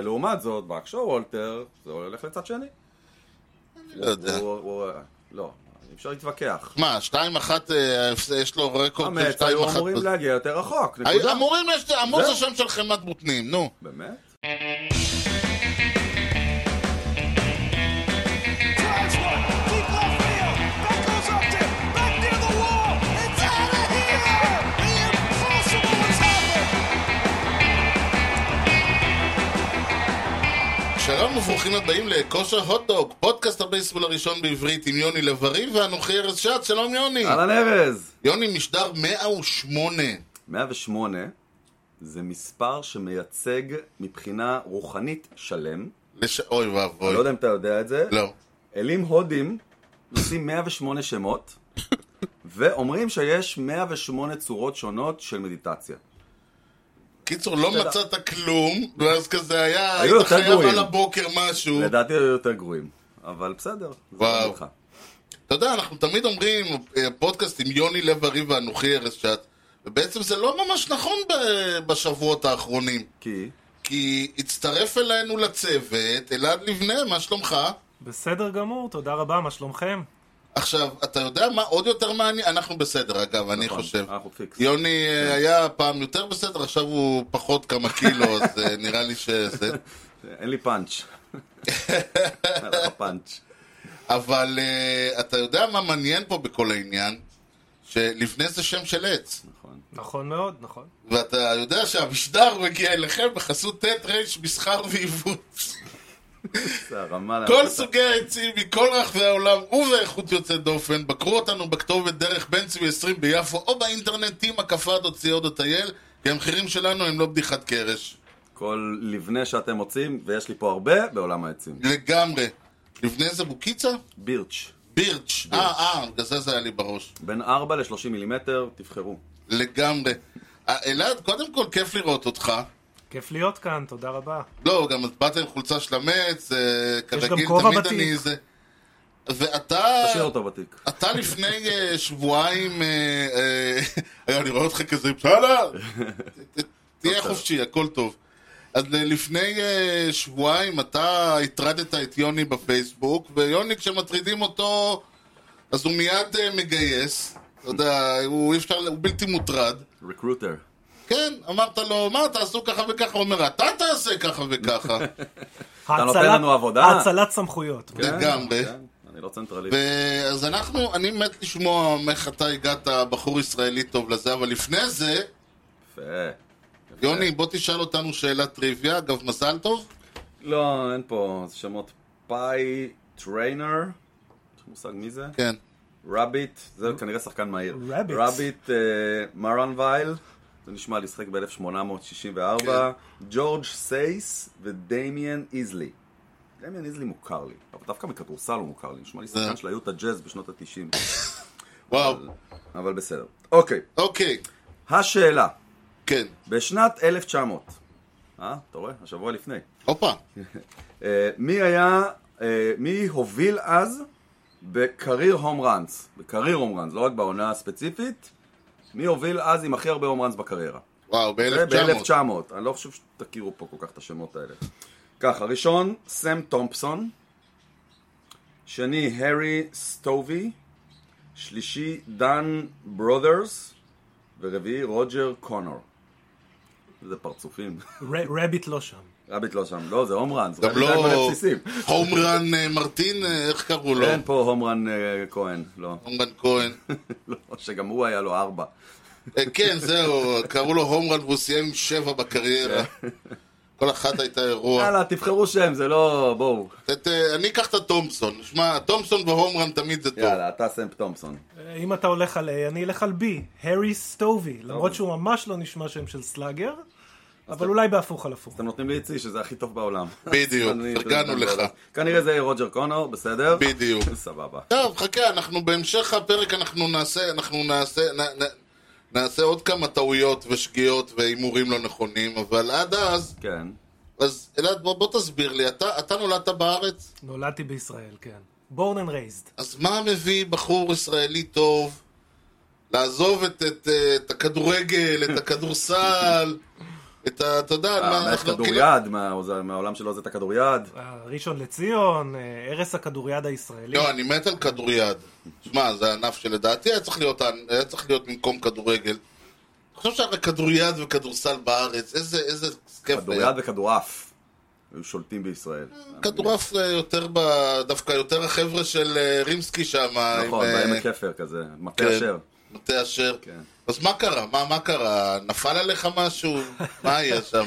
ולעומת זאת, בקשו וולטר, זה הולך לצד שני. אה. לא יודע. הוא- הוא- לא, אי אפשר להתווכח. מה, 2-1, אה, יש לו רקורד של אמץ 2-1. היו אמורים להגיע יותר רחוק, היו נקודה. אמורים, יש- אה, אמור זהו. זה שם של חמת בוטנים, נו. באמת? drives one, deep left field. That goes up to back near the wall. It's out of here. The impossible has happened. שלום וברוכים הבאים לכושר הוטדוג, פודקאסט הבייסבול הראשון בעברית עם יוני לב-ארי ואנוכי ארז שץ, שלום יוני. אהלן ארז! יוני משדר 108. 108 זה מספר שמייצג מבחינה רוחנית שלם. לש- אוי אני לא ואבוי. יודע אם אתה יודע את זה. לא. אלים הודים נושאים 108 שמות, ואומרים שיש 108 צורות שונות של מדיטציה. אה. קיצור, לא בסדר. מצאת כלום, ואז כזה היה, היו היית יותר חייב גרועים. על הבוקר משהו. לדעתי היו יותר גרועים, אבל בסדר. זה וואו. אותך. אתה יודע, אנחנו תמיד אומרים, אה, פודקאסט עם יוני לב-ארי ואנוכי ארז שץ, ובעצם זה לא ממש נכון ב- בשבועות האחרונים. כי... כי הצטרף אלינו לצוות, אלעד לבנה, מה שלומך? בסדר גמור, תודה רבה, מה שלומכם? עכשיו, אתה יודע מה עוד יותר מעניין? אנחנו בסדר, אגב, אני נכון, חושב. אנחנו פיקס. יוני אה, היה פעם יותר בסדר, עכשיו הוא פחות כמה קילו, אז אה, נראה לי שזה. אין לי פאנץ'. אין לך פאנץ'. אבל אה, אתה יודע מה מעניין פה בכל העניין? שלבנה זה שם של עץ. נכון. נכון מאוד, נכון. ואתה יודע שהמשדר מגיע אליכם בחסות ט' ר' מסחר ועיוות. זה הרמה... כל להנחתה. סוגי העצים מכל רחבי העולם ובאיכות יוצאת דופן, בקרו אותנו בכתובת דרך בן צבי 20 ביפו או באינטרנט עם הקפה דו ציודו טייל, כי המחירים שלנו הם לא בדיחת קרש. כל לבנה שאתם מוצאים, ויש לי פה הרבה, בעולם העצים. לגמרי. לפני זה בוקיצה? בירץ', בירץ'. אה, אה, בגלל זה זה היה לי בראש. בין 4 ל-30 מילימטר, תבחרו. לגמרי. אה, אלעד, קודם כל כיף לראות אותך. כיף להיות כאן, תודה רבה. לא, גם באת עם חולצה של אמץ, אה, גם כרגיל, כובע תמיד בתיק. אני זה. ואתה... תשאיר אותו בתיק. אתה לפני אה, שבועיים, אה, אה, היה, אני רואה אותך כזה, בסדר, ת- ת- תהיה חופשי, הכל טוב. אז ל- לפני אה, שבועיים אתה הטרדת את יוני בפייסבוק, ויוני כשמטרידים אותו, אז הוא מיד אה, מגייס, אתה יודע, הוא, אי אפשר, הוא בלתי מוטרד. ריקרוטר. כן, אמרת לו, מה, תעשו ככה וככה, הוא אומר, אתה תעשה ככה וככה. אתה נותן לנו עבודה? כן. האצלת סמכויות. לגמרי. אני לא צנטרליסט. אז אנחנו, אני מת לשמוע איך אתה הגעת, בחור ישראלי טוב לזה, אבל לפני זה, יפה. יוני, בוא תשאל אותנו שאלת טריוויה, אגב, מזל טוב. לא, אין פה זה שמות פאי טריינר. יש לך מושג מי זה? כן. רביט, זה כנראה שחקן מהיר. רביט. רביט אה, מרן וייל, זה נשמע לי שחק ב-1864. ג'ורג' סייס ודמיאן איזלי. דמיאן איזלי מוכר לי, אבל דווקא מכדורסל הוא מוכר לי, נשמע לי שחקן של היוטה ג'אז בשנות ה-90. וואו. אבל בסדר. אוקיי, אוקיי, השאלה. כן. בשנת 1900, אה, אתה רואה? השבוע לפני. הופה. אה, מי היה, אה, מי הוביל אז בקרייר הום ראנס? בקרייר הום ראנס, לא רק בעונה הספציפית. מי הוביל אז עם הכי הרבה הום ראנס בקריירה? וואו, זה ב-1900. ב-1900. אני לא חושב שתכירו פה כל כך את השמות האלה. ככה, ראשון, סם תומפסון. שני, הארי סטובי. שלישי, דן ברודרס. ורביעי, רוג'ר קונור. איזה פרצופים. ר- רביט לא שם. רביט לא שם. לא, זה הומראנס. גם לא בסיסים. הומרן אה, מרטין, אה, איך קראו לו? אין פה הומרן אה, כהן. לא. הומרן כהן. לא, שגם הוא היה לו ארבע. אה, כן, זהו, קראו לו הומרן והוא סיים עם שבע בקריירה. כל אחת הייתה אירוע. יאללה, תבחרו שם, זה לא... בואו. את, אה, אני אקח את התומפסון. שמע, תומפסון והומרן תמיד זה טוב. יאללה, אתה סם תומפסון. אה, אם אתה הולך על A, אני אלך על B, הארי סטובי, למרות שהוא ממש לא נשמע שם של סלאגר, אבל אולי בהפוך על הפוך. אתם נותנים לי את C, שזה הכי טוב בעולם. בדיוק, אני- פרגנו לך. כנראה זה יהיה רוג'ר קונור, בסדר? בדיוק. סבבה. טוב, חכה, אנחנו בהמשך הפרק אנחנו נעשה, אנחנו נעשה, נ, נ, נעשה עוד כמה טעויות ושגיאות והימורים לא נכונים, אבל עד אז, כן. אז אלעד, בוא, בוא תסביר לי, אתה, אתה נולדת בארץ, נולדתי בישראל, כן. בורן אנד רייזד. אז מה מביא בחור ישראלי טוב לעזוב את, את, את הכדורגל, את הכדורסל, את ה... אתה יודע, על מה אנחנו... כאילו, מהכדוריד, אה, מה- זה- מהעולם שלו זה את הכדוריד. אה, ראשון לציון, אה, ערש הכדוריד הישראלי. לא, אני מת על כדוריד. שמע, זה ענף שלדעתי היה צריך להיות, היה צריך להיות במקום כדורגל. אני חושב שהרי כדוריד וכדורסל בארץ, איזה, איזה כיף היה. כדוריד וכדורעף. היו שולטים בישראל. אה, כדורעף זה יותר ב... דווקא יותר החבר'ה של אה, רימסקי שם. נכון, עם, אה, בעמק כפר כזה. מטה כן. אשר. מטה אשר. כן. אז מה קרה? מה, מה קרה? נפל עליך משהו? מה היה שם?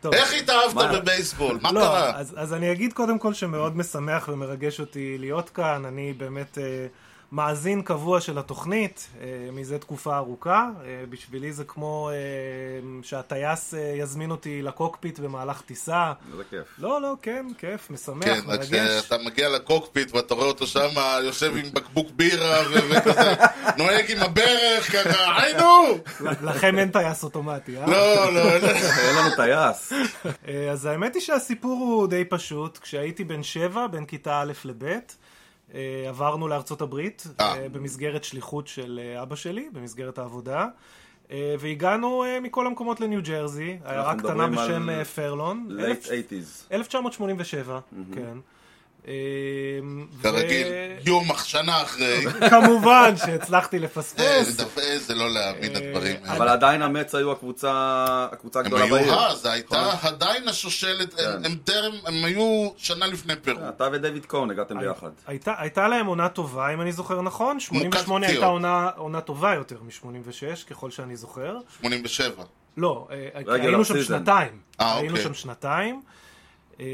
טוב. איך התאהבת מה? בבייסבול? מה לא, קרה? אז, אז אני אגיד קודם כל שמאוד משמח ומרגש אותי להיות כאן. אני באמת אה, מאזין קבוע של התוכנית אה, מזה תקופה ארוכה. אה, בשבילי זה כמו אה, שהטייס אה, יזמין אותי לקוקפיט במהלך טיסה. זה כיף. לא, לא, כן, כיף, משמח, כן, רק מרגש. כשאתה מגיע לקוקפיט ואתה רואה אותו שם יושב עם בקבוק בירה ו- וכזה, נוהג עם הברך ככה, היינו! לכם אין טייס אוטומטי, אה? לא, לא, לא. אין לנו טייס. אה, אז האמת היא שהסיפור הוא די פשוט. כשהייתי בן שבע, בין כיתה א' לב', אה, עברנו לארצות הברית אה. אה, במסגרת שליחות של אה, אבא שלי, במסגרת העבודה. אה, והגענו אה, מכל המקומות לניו ג'רזי, עיירה אנחנו קטנה מדברים על בשם אה, פרלון. לייט אלף- 80's. 1987, כן. אה, ו- כרגיל, יום, אח- שנה אה, אחרי. כמובן שהצלחתי לפספס. איזה דבר- איזה לא להאמין הדברים האלה. אה, אבל עדיין המץ היו הקבוצה הקבוצה הם הגדולה בעיר. נכון. כן. היו אז, הייתה עדיין השושלת, הם הם טרם, הם היו שנה לפני פרו. אתה ודייוויד קון הגעתם ביחד. הייתה, הייתה להם עונה טובה, אם אני זוכר נכון. 88 הייתה פציעות. עונה, עונה טובה יותר מ-86, ככל שאני זוכר. 87. לא, אה, Regular היינו שם season. שנתיים. אה, היינו אוקיי. שם שנתיים, אה,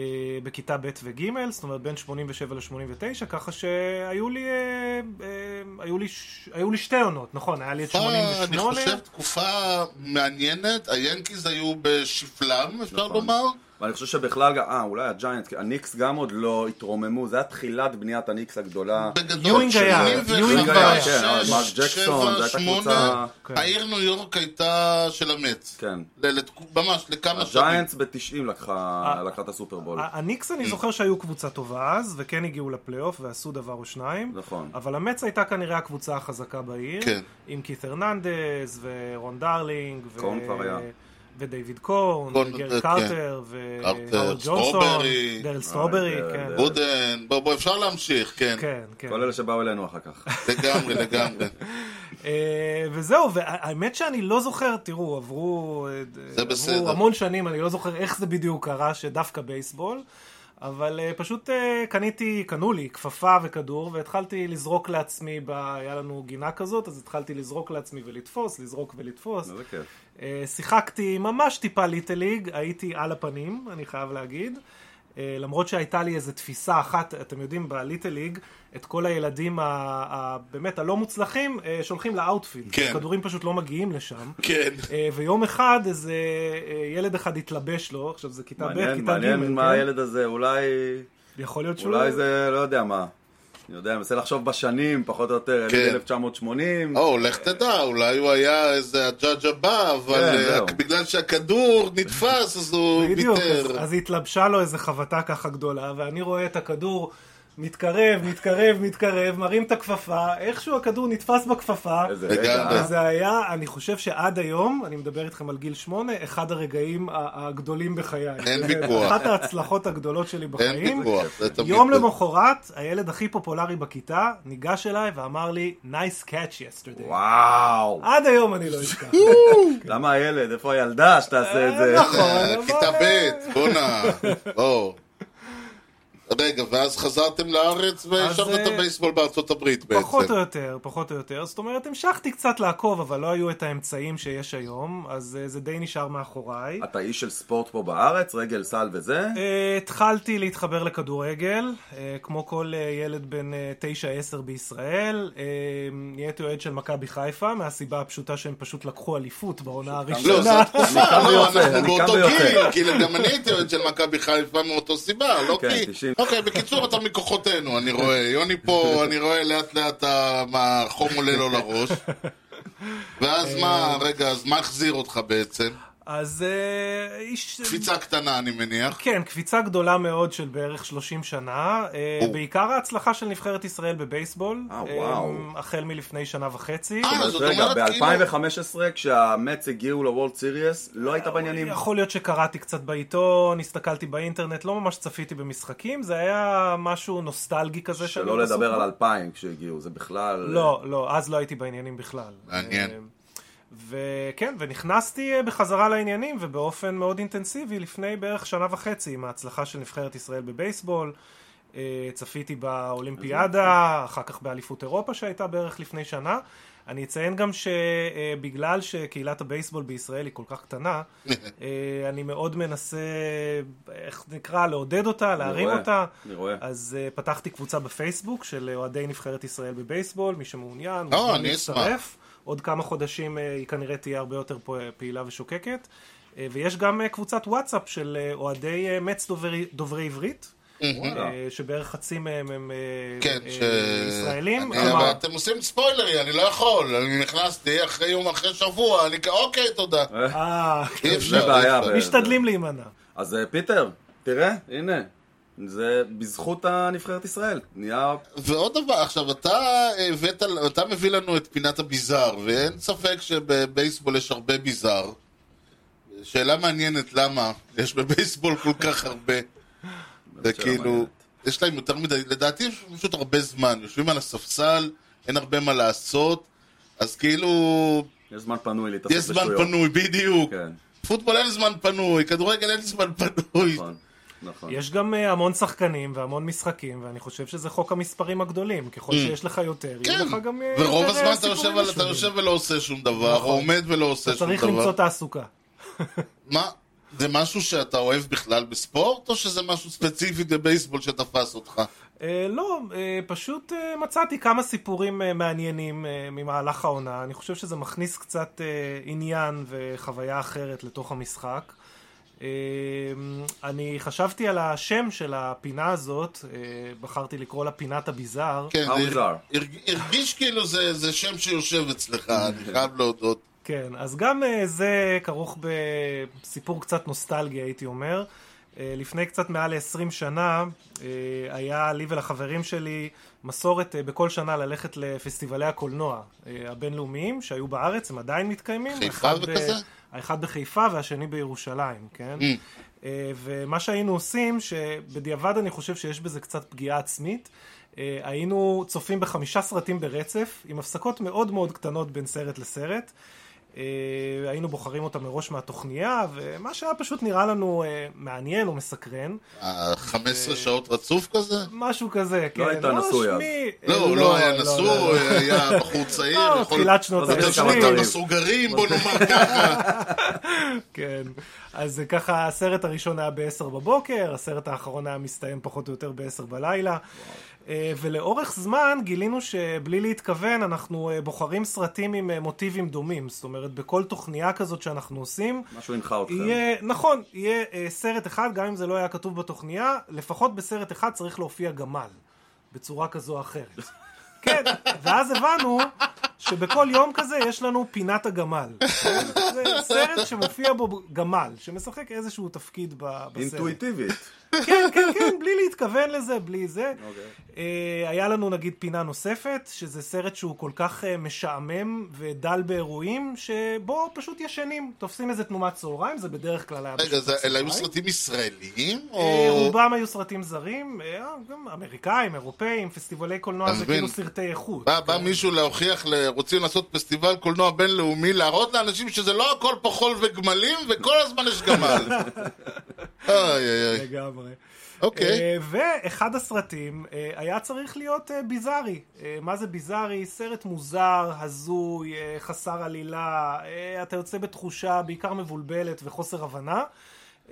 בכיתה ב' וג', זאת אומרת בין 87 ל-89, ככה שהיו לי, אה, אה, היו לי, ש- היו לי שתי עונות, נכון, היה לי את תקופה, אה, אני 88. חושב, תקופה מעניינת. היאנקיז היו בשפלם, אפשר נכון. לומר. ואני חושב שבכלל, גם- אה, אולי הג'יינט, כי הניקס גם עוד לא התרוממו, זה היה תחילת בניית הניקס הגדולה. בגדול, יואינג היה, כן. 85, יואינג היה, 6, כן, אבל מרק 7, ג'קסון, זו הייתה 8, קבוצה- העיר ניו יורק הייתה של המץ. כן. ל- לתק- ממש, לכמה שנים. הג'יינטס ב-90 לקחה לקחה את הסופרבול. ה- הניקס אני זוכר שהיו קבוצה טובה אז, וכן הגיעו לפלייאוף ועשו דבר או שניים. נכון. אבל המץ הייתה כנראה הקבוצה החזקה בעיר. כן. עם כית הרננדז, ורון דרלינג, ו... קורן כבר היה. ודייוויד קורן, קורן, גרי כן. קרטר, קרטר, והאורד ג'ונסון, סטרוברי. אה, דרל סטרוברי, דרל, כן. דרל. גודן, בוא, בוא, אפשר להמשיך, כן. כן, כן. כל אלה שבאו אלינו אחר כך. לגמרי, לגמרי. אה, וזהו, והאמת שאני לא זוכר, תראו, עברו, אה, עברו בסדר. המון שנים, אני לא זוכר איך זה בדיוק קרה, שדווקא בייסבול, אבל אה, פשוט אה, קניתי, קנו לי כפפה וכדור, והתחלתי לזרוק לעצמי, ב... היה לנו גינה כזאת, אז התחלתי לזרוק לעצמי ולתפוס, לזרוק ולתפוס. איזה כיף. אה, שיחקתי ממש טיפה ליטל ליג, הייתי על הפנים, אני חייב להגיד. אה, למרות שהייתה לי איזו תפיסה אחת, אתם יודעים, בליטל ליג, את כל הילדים ה- ה- באמת הלא מוצלחים, אה, שולחים לאאוטפילד. כן. כדורים פשוט לא מגיעים לשם. כן. אה, ויום אחד איזה אה, ילד אחד התלבש לו, עכשיו זה כיתה ב', כיתה ג', מעניין, מעניין מה כן? הילד הזה, אולי יכול להיות שהוא... אולי זה, לא יודע מה. אני יודע, אני מנסה לחשוב בשנים, פחות או יותר, כן. אוקיי. 1980. או, לך תדע, אולי הוא היה איזה הג'אג' הבא, אבל כן, אה, זהו. בגלל שהכדור נתפס, אז הוא בדיוק, אז, ויתר. אז היא התלבשה לו איזה חבטה ככה גדולה, ואני רואה את הכדור מתקרב, מתקרב, מתקרב, מרים את הכפפה, איכשהו הכדור נתפס בכפפה. איזה לגמרי. רגע. וזה היה, אני חושב שעד היום, אני מדבר איתכם על גיל שמונה, אחד הרגעים ה- הגדולים בחיי. אין ויכוח. אחת ההצלחות הגדולות שלי אין בחיים. ויכוח, זה תמיד... יום טוב. למחרת, הילד הכי פופולרי בכיתה ניגש אליי ואמר לי, nice catch yesterday. וואו. עד היום אני לא אשכח. למה הילד? איפה הילדה שתעשה את זה? נכון, אה, אבל- כיתה ב', בואנה, בואו. רגע, ואז חזרתם לארץ והשארנו אה, את הבייסבול בארצות הברית בעצם. לא, פחות או יותר, פחות או יותר. זאת אומרת, המשכתי קצת לעקוב, אבל לא היו את האמצעים שיש היום, אז אה, זה די נשאר מאחוריי. אתה איש של ספורט פה בארץ, רגל, סל וזה? אה, התחלתי להתחבר לכדורגל, אה, כמו כל אה, ילד בן אה, 9-10 בישראל. אה, נהייתי אוהד של מכבי חיפה, מהסיבה הפשוטה שהם פשוט לקחו אליפות בעונה לא, זו הראשונה. התקופה, אני קם לא, ויוצא, אנחנו אני קם באותו ויוצא. גיל, כאילו גם אני הייתי אוהד של מכבי חיפה מאותו סיבה, לא כן, כי... 90. אוקיי, בקיצור, אתה מכוחותינו, אני רואה. יוני פה, אני רואה לאט לאט ה- מה, אה, החום עולה לו לראש. ואז מה, רגע, אז מה החזיר אותך בעצם? אז אה, איש... קפיצה קטנה, אני מניח. כן, קפיצה גדולה מאוד של בערך 30 שנה. אה, או. בעיקר ההצלחה של נבחרת ישראל בבייסבול. אה, וואו. אה, החל מלפני שנה וחצי. אה, אז זאת רגע, אומרת, ב-2015, כשהמץ הגיעו לוולד סיריוס, לא אה, היית בעניינים. יכול להיות שקראתי קצת בעיתון, הסתכלתי באינטרנט, לא ממש צפיתי במשחקים, זה היה משהו נוסטלגי כזה. שאני שלא עסוק לדבר בו. על 2000 כשהגיעו, זה בכלל... לא, לא, אז לא הייתי בעניינים בכלל. מעניין. אה, וכן, ונכנסתי אה, בחזרה לעניינים, ובאופן מאוד אינטנסיבי, לפני בערך שנה וחצי, עם ההצלחה של נבחרת ישראל בבייסבול. אה, צפיתי באולימפיאדה, אחר כך באליפות אירופה שהייתה בערך לפני שנה. אני אציין גם שבגלל שקהילת הבייסבול בישראל היא כל כך קטנה, אה, אני מאוד מנסה, איך נקרא, לעודד אותה, אני להרים רואה, אותה. אני רואה. אז uh, פתחתי קבוצה בפייסבוק של אה, אוהדי נבחרת ישראל בבייסבול, מי שמעוניין, אה, מוזמן אני אשמח. להצטרף. עוד כמה חודשים uh, היא כנראה תהיה הרבה יותר פוע- פעילה ושוקקת. Uh, ויש גם uh, קבוצת וואטסאפ של אה, אוהדי uh, מצ דוברי, דוברי עברית, uh, וואלה. שבערך חצי מהם הם uh, כן, uh, ש... ישראלים. אני- כלומר, אבל אתם עושים ספוילרי, אני לא יכול. אני נכנסתי אחרי יום, אחרי שבוע, אני כ... אוקיי, תודה. אה, אי זה אפשר. אי בעיה. אפשר. ב- משתדלים להימנע. אז אה, פיטר, תראה, הנה. זה בזכות הנבחרת ישראל. נהיה... ועוד דבר, עכשיו, אתה הבאת, אתה מביא לנו את פינת הביזאר, ואין ספק שבבייסבול יש הרבה ביזאר. שאלה מעניינת, למה יש בבייסבול כל כך הרבה? זה באמת שאלה כאילו, מעניינת. יש להם יותר מדי, לדעתי יש פשוט הרבה זמן, יושבים על הספסל, אין הרבה מה לעשות, אז כאילו, יש זמן פנוי להתעסק יש זמן בשטויות. פנוי, בדיוק. כן, פוטבול אין זמן פנוי, כדורגל אין זמן פנוי. נכון. נכון. יש גם אה, המון שחקנים והמון משחקים, ואני חושב שזה חוק המספרים הגדולים. ככל שיש לך יותר, יהיו כן, לך גם... אה, ורוב יותר, אה, הזמן אתה סיפורים יושב על- אתה משונים. יושב ולא עושה שום דבר, או עומד ולא עושה שום צריך למצוא דבר. תעסוקה. מה, זה משהו שאתה אוהב בכלל בספורט, או שזה משהו ספציפי בבייסבול שתפס אותך? אה, לא, אה, פשוט אה, מצאתי כמה סיפורים אה, מעניינים אה, ממהלך העונה. אני חושב שזה מכניס קצת אה, עניין וחוויה אחרת לתוך המשחק. אה, אני חשבתי על השם של הפינה הזאת, אה, בחרתי לקרוא לה פינת הביזאר. כן, How זה הר- bizarre. הרג- הרגיש כאילו זה זה שם שיושב אצלך, אני חייב להודות. כן, אז גם אה, זה כרוך בסיפור קצת נוסטלגי, הייתי אומר. אה, לפני קצת מעל 20 שנה, אה, היה לי ולחברים שלי מסורת אה, בכל שנה ללכת לפסטיבלי הקולנוע אה, הבינלאומיים, שהיו בארץ, הם עדיין מתקיימים. אה, חיפה האחד ב- וכזה? האחד בחיפה והשני בירושלים, כן? Mm. אה, ומה שהיינו עושים, שבדיעבד אני חושב שיש בזה קצת פגיעה עצמית, אה, היינו צופים בחמישה סרטים ברצף, עם הפסקות מאוד מאוד קטנות בין סרט לסרט. אה, היינו בוחרים אותה מראש מהתוכניה, ומה שהיה פשוט נראה לנו אה, מעניין או מסקרן, אה, 15 שעות רצוף כזה? משהו כזה, כן. לא היית נשוי אז. שמי- לא, אה, הוא לא היה לא, נשוי, היה בחור צעיר, לא, יכול- תחילת שנות אז אתה אתה שם ה-20. שמעת טריב. על הסוגרים, בוא נאמר ככה. כן, אז זה ככה, הסרט הראשון היה ב-10 בבוקר, הסרט האחרון היה מסתיים פחות או יותר ב-10 בלילה. אה, ולאורך זמן גילינו שבלי להתכוון אנחנו אה, בוחרים סרטים עם אה, מוטיבים דומים. זאת אומרת, בכל תוכניה כזאת שאנחנו עושים, משהו הנחה אתכם. יהיה, נכון, יהיה אה, סרט אחד, גם אם זה לא היה כתוב בתוכניה, לפחות בסרט אחד צריך להופיע גמל, בצורה כזו או אחרת. כן, ואז הבנו שבכל יום כזה יש לנו פינת הגמל. כן? זה סרט שמופיע בו גמל, שמשחק איזשהו תפקיד ב- בסרט. אינטואיטיבית. כן, כן, כן, בלי להתכוון לזה, בלי זה. אוקיי. אה, היה לנו נגיד פינה נוספת, שזה סרט שהוא כל כך אה, משעמם ודל באירועים, שבו פשוט ישנים, תופסים איזה תנומת צהריים, זה בדרך כלל היה רגע, בשעות זה- אלה היו הצהריים. סרטים ישראליים? אה, או... רובם היו סרטים זרים, אה, גם אמריקאים, אירופאים, פסטיבלי קולנוע אתה זה מבין? כאילו סרטי איכות. בא, בא מישהו להוכיח, ל... רוצים לעשות פסטיבל קולנוע בינלאומי, להראות לאנשים שזה לא הכל פחול וגמלים, וכל הזמן יש גמל. אוי אוי אוי, לגמרי. אוקיי. אה, ואחד הסרטים אה, היה צריך להיות אה, ביזארי. אה, מה זה ביזארי? סרט מוזר, הזוי, אה, חסר עלילה, אה, אתה יוצא בתחושה בעיקר מבולבלת וחוסר הבנה.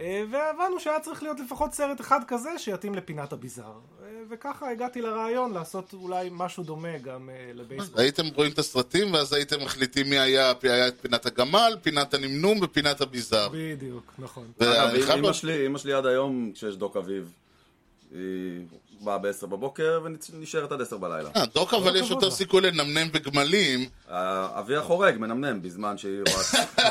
אה, והבנו שהיה צריך להיות לפחות סרט אחד כזה שיתאים לפינת הביזאר. אה, וככה הגעתי לרעיון לעשות אולי משהו דומה גם אה, לבייסבול. הייתם רואים את הסרטים, ואז הייתם מחליטים מי היה, היה את פינת הגמל, פינת הנמנום ופינת הביזאר. בדיוק, נכון. אגב, ואני חייב אמא לומר- שלי, אמא שלי עד היום, כשיש דוק אביב, היא באה ב-10 בבוקר ונשארת עד 10 בלילה. אה, דוק אבל לא יש יותר סיכוי לנמנם בגמלים. אה, אביה חורג מנמנם בזמן שהיא רואה...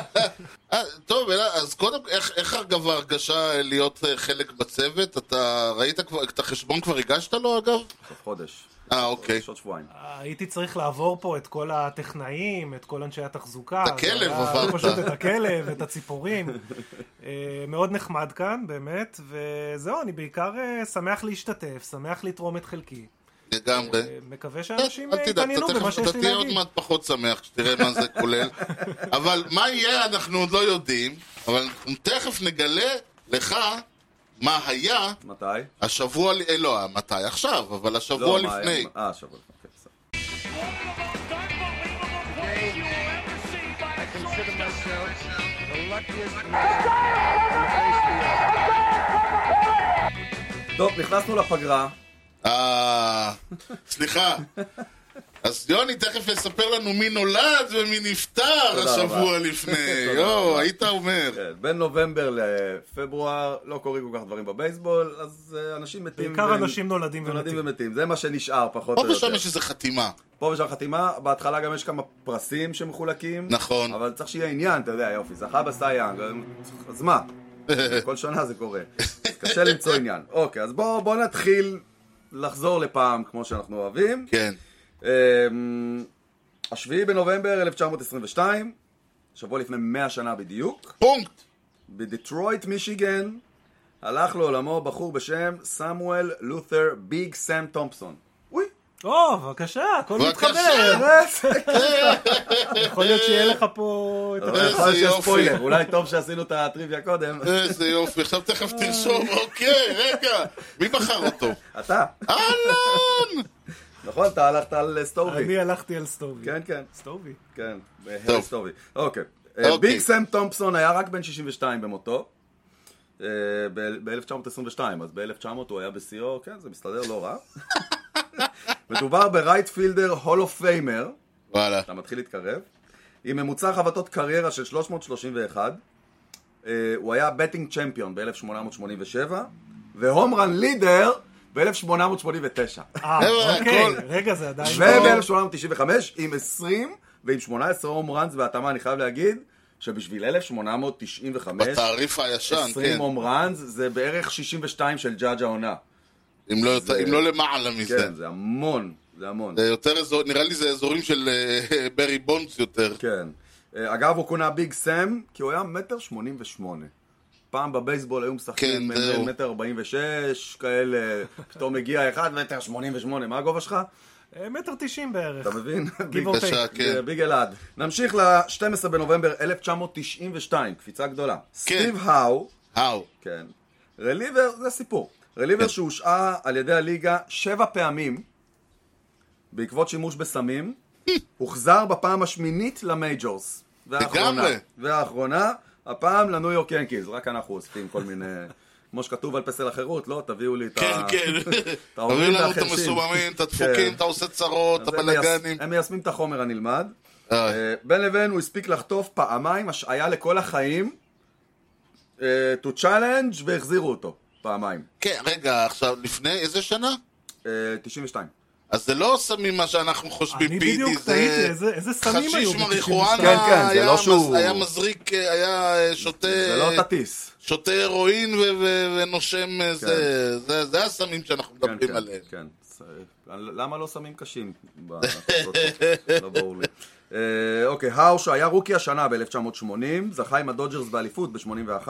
אה, טוב, אלא, אז קודם, איך, איך אגב ההרגשה אה, להיות אה, חלק בצוות? אתה ראית כבר, את החשבון כבר הגשת לו אגב? סוף חודש. אה, אוקיי. יש עוד שבועיים. הייתי צריך לעבור פה את כל הטכנאים, את כל אנשי התחזוקה. את זה הכלב היה עברת. פשוט את הכלב, את הציפורים. אה, מאוד נחמד כאן, באמת, וזהו, אני בעיקר אה, שמח להשתתף, שמח לתרום את חלקי. לגמרי. אה, מקווה שאנשים אה, כן. אל תדאג, יתעניינו אתה במה תכף, שיש אתה לי תהיה עוד להגיד. מעט פחות שמח כשתראה מה זה כולל. אבל מה יהיה אנחנו עוד לא יודעים, אבל אנחנו תכף נגלה לך מה היה מתי? השבוע, ל- אה, לא, מתי עכשיו, אבל השבוע לא, מה, לפני. אה, אה, שבוע לפני. אוקיי, בסדר. One of the most unbelievable plays you will ever see by a כן, consider shortstop. myself the luckiest man to face the earth. טוב, נכנסנו לפגרה. אה, סליחה. אז יוני תכף יספר לנו מי נולד ומי נפטר תודה השבוע רבה. לפני. תודה יואו, רבה. היית אומר. כן, בין נובמבר לפברואר לא קורים כל כך דברים בבייסבול, אז אה, אנשים מתים. בעיקר והם- אנשים נולדים נולדים ומתים. ומתים. זה מה שנשאר, פחות פה או ושם יותר. יש איזה לא חתימה. פה ושם חתימה, בהתחלה גם יש כמה פרסים שמחולקים. נכון. אבל צריך שיהיה עניין, אתה יודע, יופי, זכה בסייאנג, אז מה? כל שנה זה קורה. אז קשה למצוא עניין. אוקיי, אז בואו בוא נתחיל לחזור לפעם כמו שאנחנו אוהבים. כן. אמ, השביעי בנובמבר 1922, שבוע לפני 100 שנה בדיוק, פונקט. בדטרויט, מישיגן, הלך לעולמו בחור בשם סמואל לותר ביג סם תומפסון. אוי, או, בבקשה, הכל בבקשה. מתחבר. יכול להיות שיהיה לך פה את אבל ה... אה, יכול להיות שיש יופי. ספוילר, אולי טוב שעשינו את הטריוויה קודם. איזה יופי. עכשיו תכף תרשום. אוקיי, רגע. מי בחר אותו? אתה, אהלן! נכון, אתה הלכת על סטובי. אני הלכתי על סטובי. כן, כן, סטובי. כן, טוב. הרי סטובי. אוקיי. אוקיי. ביג סם תומפסון היה רק בן 62 במותו. אה, ב-1922, אז ב-1900 הוא היה בשיאו, כן, זה מסתדר לא רע. מדובר ברייטפילדר הולו פיימר, וואלה. אתה מתחיל להתקרב, עם ממוצע חבטות קריירה של 331. אה, הוא היה בטינג צ'מפיון ב-1887, והום רן לידר ב-1889. אה, חבר'ה, אוקיי, הכל- רגע, זה עדיין... לא- וב-1895 עם 20 ועם 18 הום ראנס, בהתאמה אני חייב להגיד שבשביל 1895, בתעריף הישן, כן. 20 הום ראנס זה בערך 62 של ג'אג'ה עונה. אם לא יותר- אם לא למעלה מזה. כן, זה המון, זה המון. זה יותר אזור, נראה לי זה אזורים של אה, ברי בונדס יותר. כן. אה, אגב, הוא כונה ביג סם, כי הוא היה מטר 88. פעם בבייסבול היו משחקים כן, אה, זהו. מטר 46, כאלה, פתאום הגיע אחד, מטר 88, מה הגובה שלך? אה, מטר תשעים בערך. אתה מבין? ביג- or take. בבקשה, כן. אוקיי. זה ביג אלעד. נמשיך ל-12 בנובמבר 1992, קפיצה גדולה. כן. סטיב האו, האו. כן, רליבר, זה סיפור. כן. רליבר שהושעה על ידי הליגה שבע פעמים בעקבות שימוש בסמים, הוחזר בפעם השמינית למייג'ורס. והאחרונה. לגמרי. והאחרונה, הפעם לניו יורק ינקיז, רק אנחנו אוספים כל מיני... כמו שכתוב על פסל החירות, לא, תביאו לי את ה... כן, כן. אתה הוריד תביאו לנו את מהחרשים. המסוממים, את הדפוקים, כן. אתה עושה צרות, את אז הם מייס- הבלאגנים. הם מיישמים את החומר הנלמד. אה, אה, בין לבין הוא הספיק לחטוף פעמיים השעיה לכל החיים, אה, to challenge, והחזירו אותו פעמיים. כן, רגע, עכשיו, לפני איזה שנה? אה, 92. אז זה לא סמים מה שאנחנו חושבים, אני בדיוק פידי, תהיתי, זה איזה- איזה סמים היו חשיש ב- 92? כן, כן, מריחואנה, זה היה לא מז- שהוא- היה מזריק, אה, היה אה, שותה... זה לא תטיס. שותה הירואין ו- ו- ונושם אה, זה, זה, זה הסמים שאנחנו כן, מדברים כן, עליהם. כן. ס- אה, למה לא סמים קשים? בהחלטות? לא ברור לי. אה, אוקיי, האו שהיה רוקי השנה ב-1980, זכה עם הדודג'רס באליפות ב-81.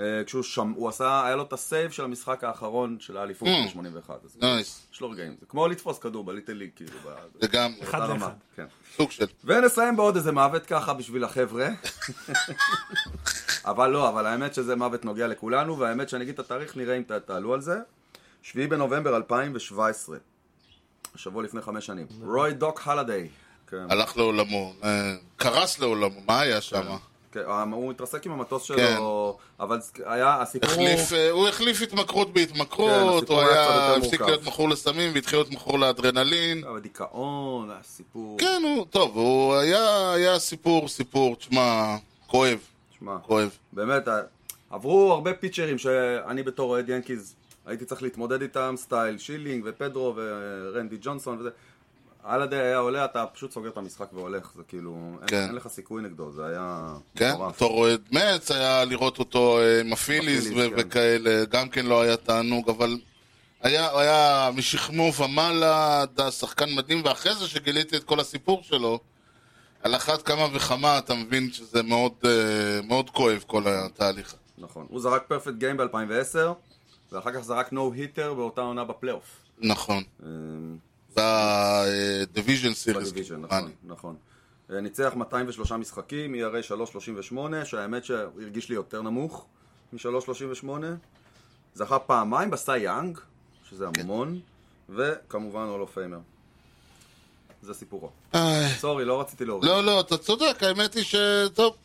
אה, כשהוא שם, הוא עשה, היה לו את הסייב של המשחק האחרון של האליפות Mm. ב-81. נייס, יש לו רגעים, זה כמו לתפוס כדור בליטל ליג, כאילו, ב- לגמרי, אחד באותה לאחד. רמה, כן. סוג של. ונסיים בעוד איזה מוות ככה בשביל החבר'ה. אבל לא, אבל האמת שזה מוות נוגע לכולנו, והאמת שאני אגיד את התאריך, נראה אם ת- תעלו על זה. 7 בנובמבר 2017, שבוע לפני חמש שנים. רוי דוק הלדיי. כן. הלך לעולמו, אה, קרס לעולמו, מה היה שם? כן, הוא התרסק עם המטוס כן. שלו, אבל זה- היה, הסיפור החליף, אה, הוא החליף התמכרות כן, בהתמכרות, הסיפור הוא היה קצת היה, יותר הפסיק מורכב. להיות מכור לסמים והתחיל להיות מכור לאדרנלין. הוא... דיכאון, היה סיפור. כן, הוא, טוב, הוא היה, היה סיפור, סיפור, תשמע, כואב, שמע, כואב. באמת, ה- עברו הרבה פיצ'רים שאני בתור אוהד ינקיז הייתי צריך להתמודד איתם, סטייל שילינג ופדרו ורנדי ג'ונסון וזה. אלאדי היה עולה, אתה פשוט סוגר את המשחק והולך, זה כאילו, אין, כן. אין לך סיכוי נגדו, זה היה כן, בתור אוהד מצ היה לראות אותו אה, עם הפיליס בפיליס, ו- כן. וכאלה, גם כן לא היה תענוג, אבל היה, היה משכמו ומעלה, ד- שחקן מדהים, ואחרי זה שגיליתי את כל הסיפור שלו, על אחת כמה וכמה אתה מבין שזה מאוד, אה, מאוד כואב כל התהליך. נכון. הוא זרק פרפקט גיים ב-2010, ואחר כך זרק נו היטר באותה עונה בפלייאוף. נכון. אה, אמ, בדיוויז'ן סיריס. בדיוויז'ן, נכון, נכון. אה, ניצח 203 משחקים, ERA 3.38, שהאמת שהוא הרגיש לי יותר נמוך מ-3.38. זכה פעמיים בסי יאנג, שזה כן. המון, וכמובן הולו פיימר. זה סיפורו. סורי, לא רציתי להוריד. אה, לא, לא, אתה צודק, האמת היא ש... טוב,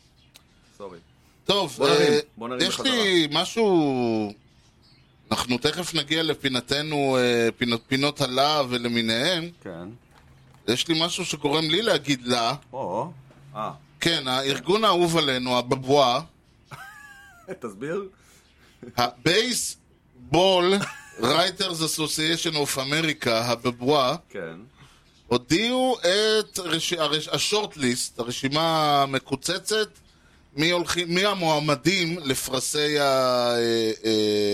סורי. טוב, בוא נרים, אה, בוא נרים יש בחזרה. לי משהו... אנחנו תכף נגיע לפינתנו, אה, פינות, פינות הלה ולמיניהם. כן. יש לי משהו שגורם לי להגיד לה. או. אה, כן, הארגון האהוב עלינו, הבבואה, תסביר? הבייסבול רייטרס אסוסיישן אוף אמריקה, הבבואה, כן. הודיעו את הרש... הרש... השורטליסט, הרשימה המקוצצת, מי, הולכים... מי המועמדים לפרסי אה,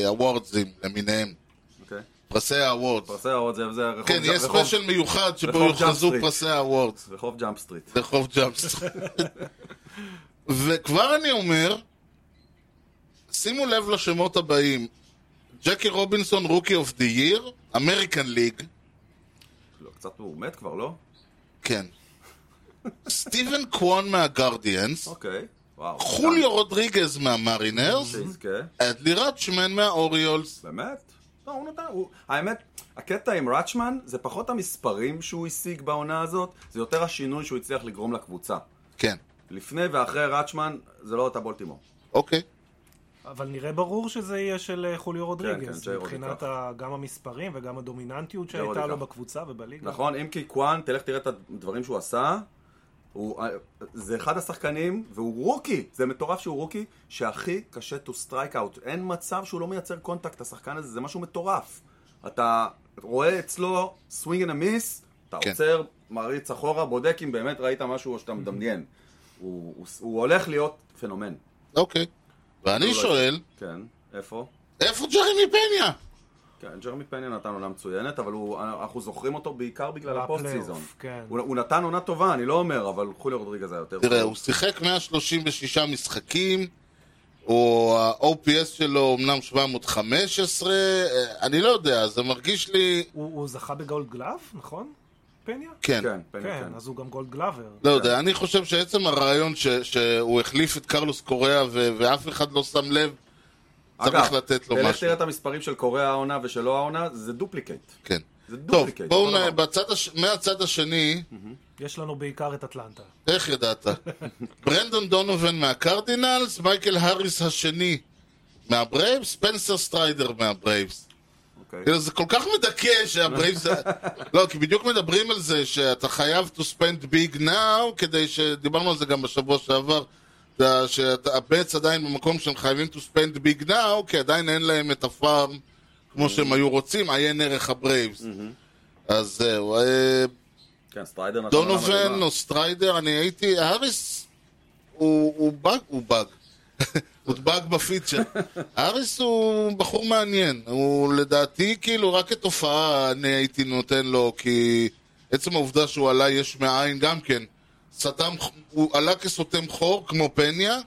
הוורדסים למיניהם. אוקיי. פרסי הוורדס. פרסי האורד זה זה רחוב כן, ג'- יש רחוב- ספיישל מיוחד שבו רחוב יוכרזו ג'אמפ פרסי הוורדס. רחוב ג'אמפ סטריט. רחוב ג'אמפס. וכבר אני אומר, שימו לב לשמות הבאים. ג'קי רובינסון, רוקי אוף דה ייר, אמריקן ליג, לא, קצת הוא מת כבר, לא? כן. סטיבן קוון מהגרדיאנס, אוקיי. וואו. כן. חוליו רודריגז מהמרינרס, שיזכה. אדלי רצ'מן מהאוריולס. באמת? לא, הוא נתן, הוא... האמת, הקטע עם רצ'מן זה פחות המספרים שהוא השיג בעונה הזאת, זה יותר השינוי שהוא הצליח לגרום לקבוצה. כן, לפני ואחרי רצ'מן, זה לא אותה בולטימור. אוקיי. אבל נראה ברור שזה יהיה של אה, חוליו כן, רודריגז, ג'יי רודי מבחינת ככה. ה- גם המספרים וגם הדומיננטיות רודי שהייתה לו ככה. בקבוצה ובליגה. נכון? אם כי קוואן, תלך תראה את הדברים שהוא עשה, הוא... אה, זה אחד השחקנים, והוא רוקי, זה מטורף שהוא רוקי, שהכי קשה to strike out. אין מצב שהוא לא מייצר קונטקט, השחקן הזה, זה משהו מטורף. אתה רואה אצלו swing and a miss, אתה כן. עוצר, מריץ אחורה, בודק אם באמת ראית משהו או שאתה מדמיין. הוא, הוא, הוא הולך להיות פנומן. אוקיי. ואני שואל, כן, איפה? איפה ג'רמי פניה? כן, ג'רמי פני נתן עונה מצוינת, אבל הוא, אנחנו זוכרים אותו בעיקר בגלל בפלייאוף, הפוסט סיזון. כן. הוא, הוא נתן עונה טובה, אני לא אומר, אבל חוליו רודריגז היה יותר תראה, טוב. הוא שיחק 136 משחקים, או ה-OPS שלו אמנם 715, אה, אני לא יודע, זה מרגיש לי... הוא הוא זכה בגולד גלאב, נכון? פניה? כן. כן, פני כן. כן, אז הוא גם גולד גלאבר. לא יודע, אני חושב שעצם הרעיון ש- שהוא החליף את קרלוס קוריאה ו- ואף אחד לא שם לב, צריך לתת לו תלך משהו. תראה את המספרים של קוריאה העונה ושלא העונה, זה דופליקייט. כן. זה טוב, דופליקייט. בואו אותו נ... דבר. בצד הש... מהצד השני, יש לנו בעיקר את אטלנטה. איך ידעת? ברנדון דונובן מהקרדינלס, מייקל האריס השני מהברייבס, ספנסר סטריידר מהברייבס. אוקיי. כאילו, זה כל כך מדכא שהברייבס... לא, כי בדיוק מדברים על זה שאתה חייב to spend big now, כדי ש... דיברנו על זה גם בשבוע שעבר, אתה- שאתה- הבטס עדיין במקום שהם חייבים to spend big now, כי עדיין אין להם את הפארם כמו שהם היו רוצים, עיין ערך הברייבס. אז זהו. אה, כן, סטריידר נתן עונה דונובן מדהימה. או סטריידר, אני הייתי... האריס הוא הוא באג, הוא באג. הוא באג בפיצ'ר. האריס הוא בחור מעניין. הוא לדעתי, כאילו, רק כתופעה אני הייתי נותן לו, כי עצם העובדה שהוא עלה יש מאין גם כן. סתם, הוא עלה כסותם חור, כמו פניה,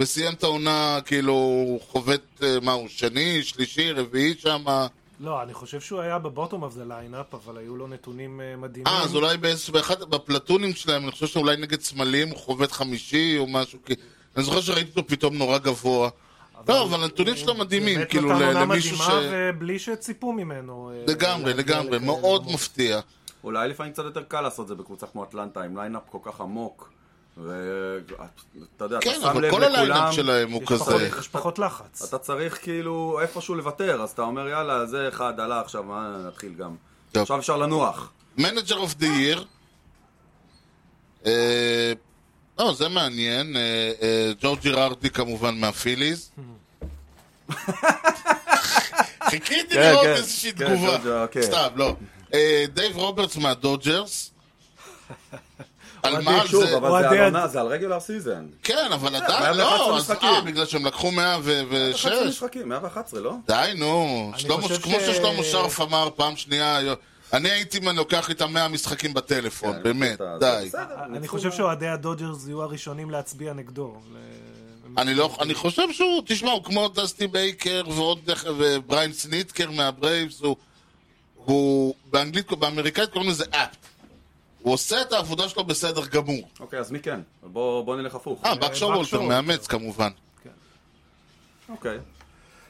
וסיים את העונה, כאילו, הוא חובט, אה, מה הוא, שני, שלישי, רביעי שם. לא, אני חושב שהוא היה בבוטום אוף זה ליינאפ, אבל היו לו נתונים אה, מדהימים. אה, אז אולי באיזשהו, באחד, בפלטונים שלהם, אני חושב שאולי נגד סמלים הוא חובט חמישי או משהו, כי אני זוכר שראיתי אותו פתאום נורא גבוה. לא, אבל הנתונים שלו מדהימים, באמת כאילו, נתן ל- עונה למישהו ש... מדהימה ובלי שציפו ממנו. אה, לגמרי, להגיע לגמרי, לכאלה מאוד רמות. מפתיע. אולי לפעמים קצת יותר קל לעשות את זה בקבוצה כמו אטלנטה, עם ליינאפ כל כך עמוק. ואתה יודע, אתה כן, שם אבל לב כל לכולם, הליינאפ שלהם הוא יש כזה. פחות- יש פחות לחץ. אתה צריך כאילו איפשהו לוותר, אז אתה אומר יאללה, זה אחד עלה עכשיו, אה, נתחיל גם. טוב. עכשיו אפשר לנוח. מנג'ר אוף דה ייר. לא, זה מעניין. אה, אה, ג'ורג'י רארדי כמובן מהפיליז. חיכיתי כן, לראות כן. איזושהי כן, תגובה. דודג'ר, אוקיי. סתם, לא. אה, דייב רוברטס מהדודג'רס. על מה על שוב, זה? אבל זה אוהדי על הד- עונה, זה על רגולר סיזן. כן, אבל היה עדיין ב-11 לא. אז משחקים. אה, בגלל שהם לקחו 106. 111, לא? די, נו. שלמה- חושב כמו ש- ששלמה שרף אמר פעם שנייה, יו- אני הייתי מן- לוקח איתם 100 משחקים בטלפון, באמת, אתה- די. אה, בסדר, אני ניצחו חושב מה- שאוהדי הדודג'רס יהיו הראשונים להצביע נגדו. ל- אני לא, אני חושב שהוא, תשמע, הוא כמו דסטי בייקר ועוד, ובריין סניטקר מהברייבס, הוא, הוא באנגלית, באמריקאית קוראים לזה אפט. הוא עושה את העבודה שלו בסדר גמור. אוקיי, אז מי כן? בוא בוא נלך הפוך. אה, בק שורוולטר, שורולטר. מאמץ כמובן. אוקיי.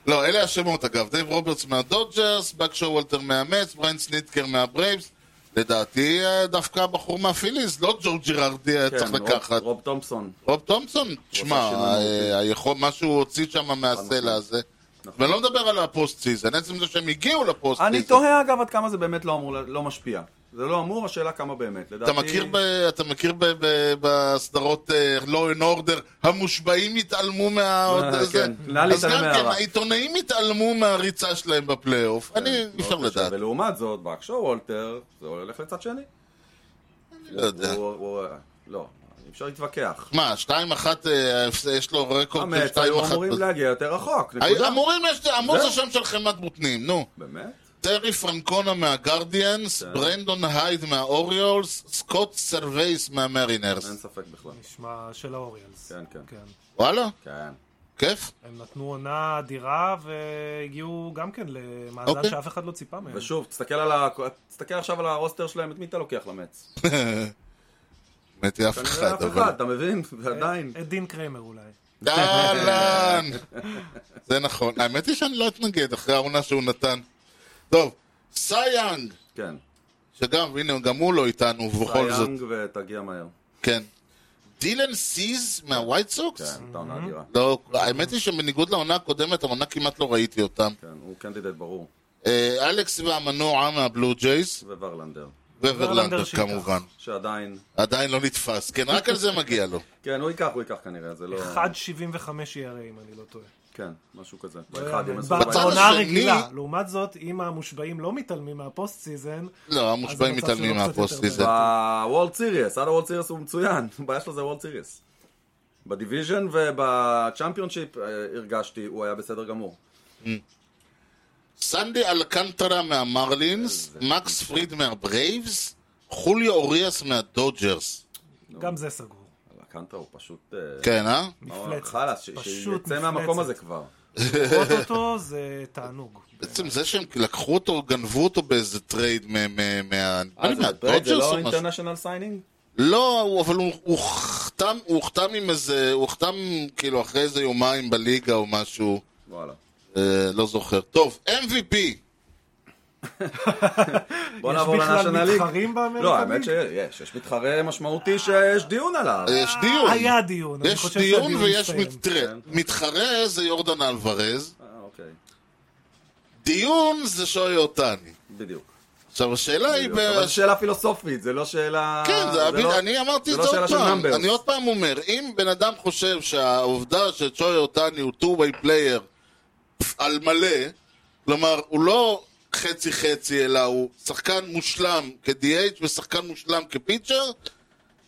לא, אלה השמות אגב, דייב רוברטס מהדודג'רס, בק שורוולטר מאמץ, בריין סניטקר מהברייבס. לדעתי אה, דווקא הבחור מהפיליס, לא ג'ו ג'יררדי היה כן, צריך רוב- לקחת. רוב תומפסון. רוב תומפסון, תשמע, עשה שינוי מהותי. אה, היכול- מה שהוא הוציא שם נכון. מהסלע הזה. ואני לא מדבר על הפוסט סיזן, עצם זה שהם הגיעו לפוסט סיזן. אני תוהה אגב עד כמה זה באמת לא אמור, ל- לא משפיע. זה לא אמור, השאלה כמה באמת. לדעתי... אתה מכיר, ב, אתה מכיר ב, ב, בסדרות אה, Law and Order, המושבעים התעלמו מה... אה, זה- כן. נא אז להתעלם גם כן, מהרע. העיתונאים התעלמו מהריצה שלהם בפלייאוף. אני, אי אפשר כן, מאוד קשה. לדעת, ולעומת זאת, בק וולטר, זה הולך לצד שני. אני לא יודע. הוא- הוא- לא, אי אפשר להתווכח. מה, 2-1, אה, יש לו רקורד של אמץ, אה, היו 2-1. אמורים להגיע יותר רחוק, היו נקודה. אמורים, יש- אה, אמור זהו. זה שם של חמת בוטנים, נו. באמת? טרי פרנקונה מהגרדיאנס, ברנדון הייד מהאוריולס, סקוט סרווייס מהמרינרס. אין ספק בכלל. נשמע של האוריאלס. כן, כן. וואלה, כן. כיף. הם נתנו עונה אדירה והגיעו גם כן למאזן אוקיי. שאף אחד לא ציפה מהם. ושוב, תסתכל על ה... תסתכל עכשיו על הרוסטר שלהם, את מי אתה לוקח למץ? באמת אף כנראה אחד, לא אף אבל... אחד, אתה מבין? ועדיין. את דין קריימר אולי. אהלן! זה נכון. האמת היא שאני לא אתנגד אחרי העונה שהוא נתן. טוב, סייאנג, כן. שגם, הנה, גם הוא לא איתנו, ובכל זאת, סייאנג ותגיע מהר. כן. דילן סיז מהווייט סוקס? כן, טעונה אדירה. לא, האמת היא שבניגוד לעונה הקודמת, העונה כמעט לא ראיתי אותם. כן, הוא קנדידט ברור. אה, אלכס והמנוע מהבלו ג'ייס, וורלנדר, וורלנדר שייקח. כמובן. שעדיין... עדיין לא נתפס. כן, רק על זה מגיע לו. כן, הוא ייקח, הוא ייקח כנראה, זה לא... 1.75 ERA אם אני לא טועה. כן, משהו כזה. לא באחד יאמן. עם ב- הסוף. בעונה השני- הרגילה. לעומת זאת, אם המושבעים לא מתעלמים מהפוסט סיזן, לא, המושבעים אז המצב שלו מתעלמים קצת יותר מהפוסט סיזן. בעייתי. בוולד סיריוס, עד הוולד סיריוס הוא מצוין, הבעיה שלו זה וולד סיריוס. בדיוויז'ן ובצ'מפיונשיפ אה, הרגשתי, הוא היה בסדר גמור. סנדי אלקנטרה מהמרלינס, מקס פריד מהברייבס, חוליו אוריאס מהדודג'רס. גם זה סגור. לקנטה הוא פשוט... אה, כן, אה? מה הוא מפלצת. אמר? חלאס, ש- פשוט שיצא מפלצת. מהמקום הזה כבר. לראות אותו זה תענוג. בעצם זה שהם לקחו אותו, גנבו אותו באיזה טרייד מה- מה- מה... נדמה לי אה, זה טרייד, זה מהדודג'רס לא או משהו. אינטרנשיונל סיינינג? לא, הוא- אבל הוא הוכתם, הוא הוכתם עם איזה, הוא הוכתם כאילו אחרי איזה יומיים בליגה או משהו, וואלה. אה, לא זוכר. טוב, MVP, בוא יש נעבור בכלל לנשיונל ליג. מתחרים באמריקה לא, האמת ליג? שיש, יש מתחרה משמעותי שיש דיון עליו. יש דיון. אה, היה דיון. אני יש חושב דיון שהדיון ויש הסתיים. מתרה. מתחרה זה יורדן אלוורז, אה, אוקיי, דיון זה שוי אותני. בדיוק. עכשיו השאלה היא... בדיוק, ב- אבל זו שאלה פילוסופית, זה לא שאלה... כן, זה הביט- לא- אני אמרתי את זה זה לא שאלה עוד של פעם. numbers. אני עוד פעם אומר, אם בן אדם חושב שהעובדה שצ'וי אותני הוא two-way player על מלא, כלומר, הוא לא חצי-חצי, אלא הוא שחקן מושלם כ-DH ושחקן מושלם כפיצ'ר,